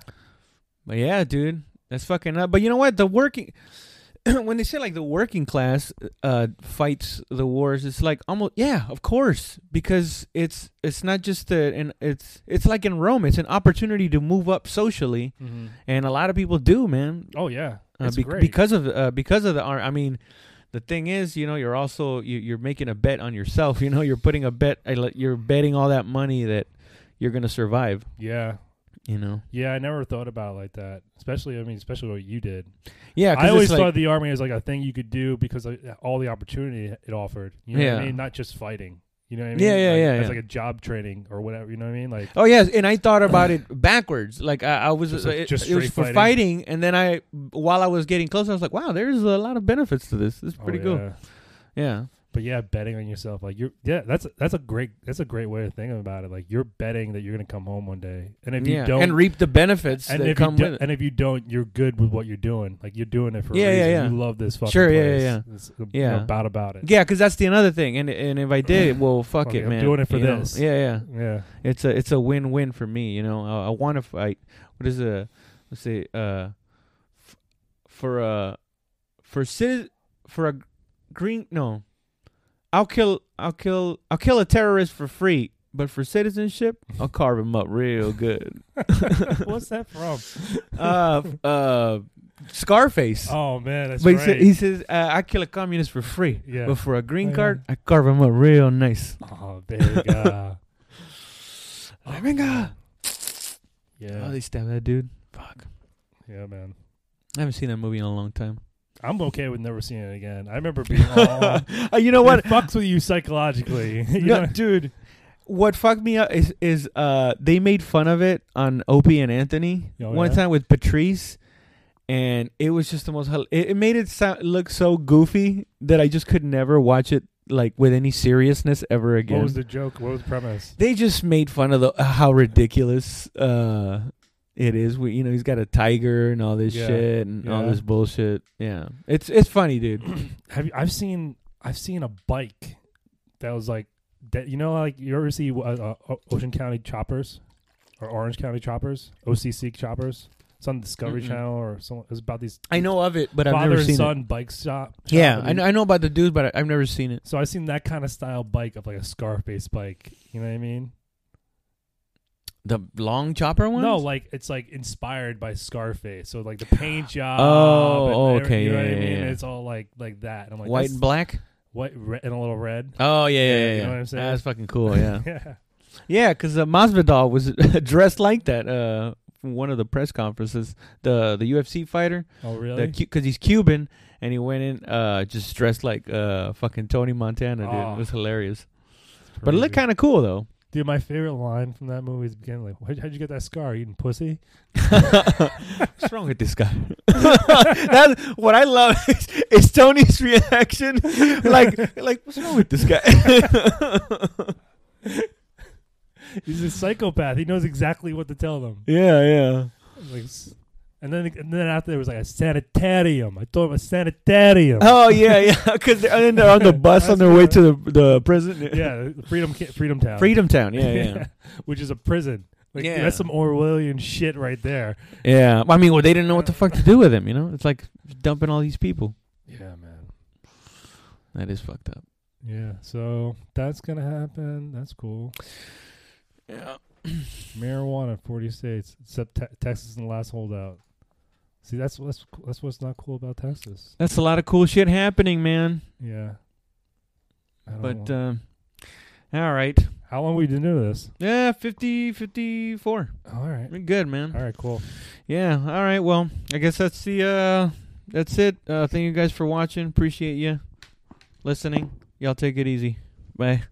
Speaker 1: But yeah, dude, that's fucking up. But you know what? The working when they say like the working class uh, fights the wars, it's like almost yeah, of course, because it's it's not just the and it's it's like in Rome, it's an opportunity to move up socially, and a lot of people do, man,
Speaker 2: Mm-hmm. oh yeah,
Speaker 1: uh,
Speaker 2: it's
Speaker 1: bec-
Speaker 2: great.
Speaker 1: because of uh, because of the ar- I mean. The thing is, you know, you're uh, also you, you're making a bet on yourself. You know, you're putting a bet. I like- You're betting all that money that you're gonna survive.
Speaker 2: Yeah.
Speaker 1: You know.
Speaker 2: Yeah, I never thought about it like that. Especially, I mean, especially what you did.
Speaker 1: Yeah, 'cause
Speaker 2: I always
Speaker 1: it's like,
Speaker 2: thought the army was like a thing you could do because of all the opportunity it offered. You know what
Speaker 1: Yeah.
Speaker 2: I mean? Not just fighting. You know what I mean?
Speaker 1: Yeah, yeah,
Speaker 2: like,
Speaker 1: yeah,
Speaker 2: It's
Speaker 1: yeah.
Speaker 2: like a job training or whatever. You know what I mean? Like,
Speaker 1: Oh yes, and I thought about it backwards. Like I, I was,
Speaker 2: Just,
Speaker 1: uh,
Speaker 2: like,
Speaker 1: it,
Speaker 2: just
Speaker 1: it was
Speaker 2: straight
Speaker 1: for
Speaker 2: fighting.
Speaker 1: fighting. and then I, while I was getting closer, I was like, wow, there's a lot of benefits to this. This is
Speaker 2: oh,
Speaker 1: pretty cool.
Speaker 2: yeah.
Speaker 1: Yeah,
Speaker 2: But yeah, betting on yourself, like you're, yeah, that's that's a great that's a great way of thinking about it. Like you're betting that you're gonna come home one day, and if
Speaker 1: yeah,
Speaker 2: you don't,
Speaker 1: and reap the benefits
Speaker 2: and
Speaker 1: that
Speaker 2: if you
Speaker 1: come
Speaker 2: do-
Speaker 1: with it.
Speaker 2: and if you don't, you're good with what you're doing. Like you're doing it for
Speaker 1: Yeah,
Speaker 2: a
Speaker 1: yeah,
Speaker 2: reason.
Speaker 1: yeah.
Speaker 2: You love this fucking
Speaker 1: Sure, yeah, yeah,
Speaker 2: place.
Speaker 1: yeah.
Speaker 2: It's no
Speaker 1: Yeah.
Speaker 2: doubt about it.
Speaker 1: Yeah, because that's the another thing, and and if I did, well, fuck
Speaker 2: Okay,
Speaker 1: it,
Speaker 2: I'm
Speaker 1: man.
Speaker 2: doing it for
Speaker 1: You know?
Speaker 2: this.
Speaker 1: Yeah, yeah.
Speaker 2: yeah,
Speaker 1: It's a it's a win win for me. You know, I, I want to fight. What is a let's say uh f- for a for citi- for a green no, I'll kill I'll kill I'll kill a terrorist for free, but for citizenship, I'll carve him up real good.
Speaker 2: What's that from?
Speaker 1: uh f- uh, Scarface.
Speaker 2: Oh man, that's
Speaker 1: but he,
Speaker 2: right.
Speaker 1: sa- he says uh, I kill a communist for free,
Speaker 2: Yeah. Oh,
Speaker 1: but for a green
Speaker 2: Yeah.
Speaker 1: card, I carve him up real nice.
Speaker 2: oh, there you go.
Speaker 1: La venga. Oh,
Speaker 2: Yeah,
Speaker 1: they stabbed that dude. Fuck.
Speaker 2: yeah, man.
Speaker 1: I haven't seen that movie in a long time.
Speaker 2: I'm okay with never seeing it again. I remember being all.
Speaker 1: Uh, you know what?
Speaker 2: It fucks with you psychologically. you
Speaker 1: No,
Speaker 2: know?
Speaker 1: dude, what fucked me up is is uh they made fun of it on Opie and Anthony
Speaker 2: Oh,
Speaker 1: one
Speaker 2: yeah?
Speaker 1: time with Patrice, and it was just the most. hel- It, it made it sound look so goofy that I just could never watch it like with any seriousness ever again.
Speaker 2: What was the joke? What was the premise?
Speaker 1: they just made fun of the how ridiculous uh it is. We you know he's got a tiger and all this
Speaker 2: Yeah.
Speaker 1: shit and all
Speaker 2: Yeah.
Speaker 1: this bullshit. Yeah, it's it's funny, dude.
Speaker 2: Have you, I've seen I've seen a bike that was like that. You know, like you ever see uh, uh, O- Ocean County choppers or Orange County choppers, OCC choppers? It's on Discovery
Speaker 1: Mm-mm.
Speaker 2: Channel or someone. It's about these
Speaker 1: I know of it, but I've
Speaker 2: father
Speaker 1: never
Speaker 2: and
Speaker 1: seen it.
Speaker 2: son bike shop. shop
Speaker 1: Yeah,
Speaker 2: and
Speaker 1: I know, I know about the dude, but I, I've never seen it.
Speaker 2: So I've seen that kind of style bike of like a Scarface bike. You know what I mean?
Speaker 1: The long chopper one?
Speaker 2: No, like it's like inspired by Scarface. So like the paint job.
Speaker 1: Oh,
Speaker 2: and
Speaker 1: okay,
Speaker 2: You know what
Speaker 1: yeah,
Speaker 2: I
Speaker 1: yeah,
Speaker 2: mean?
Speaker 1: yeah.
Speaker 2: It's all like like that. And I'm like
Speaker 1: white
Speaker 2: this-
Speaker 1: and black.
Speaker 2: white re- and a little red.
Speaker 1: Oh yeah, yeah,
Speaker 2: Yeah,
Speaker 1: yeah.
Speaker 2: you
Speaker 1: yeah.
Speaker 2: know what I'm saying?
Speaker 1: That's fucking cool. Oh, Yeah,
Speaker 2: yeah.
Speaker 1: yeah, because uh, Masvidal was dressed like that. Uh, from one of the press conferences, the the UFC fighter,
Speaker 2: Oh, really?
Speaker 1: because he's Cuban, and he went in uh just dressed like uh fucking Tony Montana, dude.
Speaker 2: Oh.
Speaker 1: It was hilarious, but it looked kind of cool though.
Speaker 2: Dude, my favorite line from that movie is beginning like, "Where'd- "How'd you get that scar? Eating pussy?"
Speaker 1: What's wrong with this guy? That's what I love is, is Tony's reaction. Like, like what's wrong with this guy?
Speaker 2: He's a psychopath. He knows exactly what to tell them.
Speaker 1: Yeah, yeah.
Speaker 2: Like, s- and then and then after there was like a sanitarium. I told him a sanitarium.
Speaker 1: Oh yeah, yeah. Because they're, and they're on the bus on their way to the the prison.
Speaker 2: yeah, the Freedom Ca- Freedom Town.
Speaker 1: Freedom Town. Yeah, yeah,
Speaker 2: which is a prison. Like,
Speaker 1: Yeah.
Speaker 2: that's some Orwellian shit right there.
Speaker 1: yeah. I mean, well, they didn't know what the fuck to do with him. You know, it's like dumping all these people.
Speaker 2: Yeah, man.
Speaker 1: That is fucked up.
Speaker 2: Yeah, so that's gonna happen. That's cool.
Speaker 1: Yeah.
Speaker 2: Marijuana, forty states, except te- Texas is the last holdout. See, that's that's that's what's not cool about Texas.
Speaker 1: That's a lot of cool shit happening, man.
Speaker 2: Yeah. I don't
Speaker 1: But
Speaker 2: know.
Speaker 1: um, all right.
Speaker 2: how long we been doing this?
Speaker 1: Yeah, 50, 54.
Speaker 2: All right.
Speaker 1: We're good, man.
Speaker 2: All right. Cool.
Speaker 1: Yeah. All right. Well, I guess that's the uh, that's it. Uh, thank you guys for watching. Appreciate you listening. Y'all take it easy. Bye.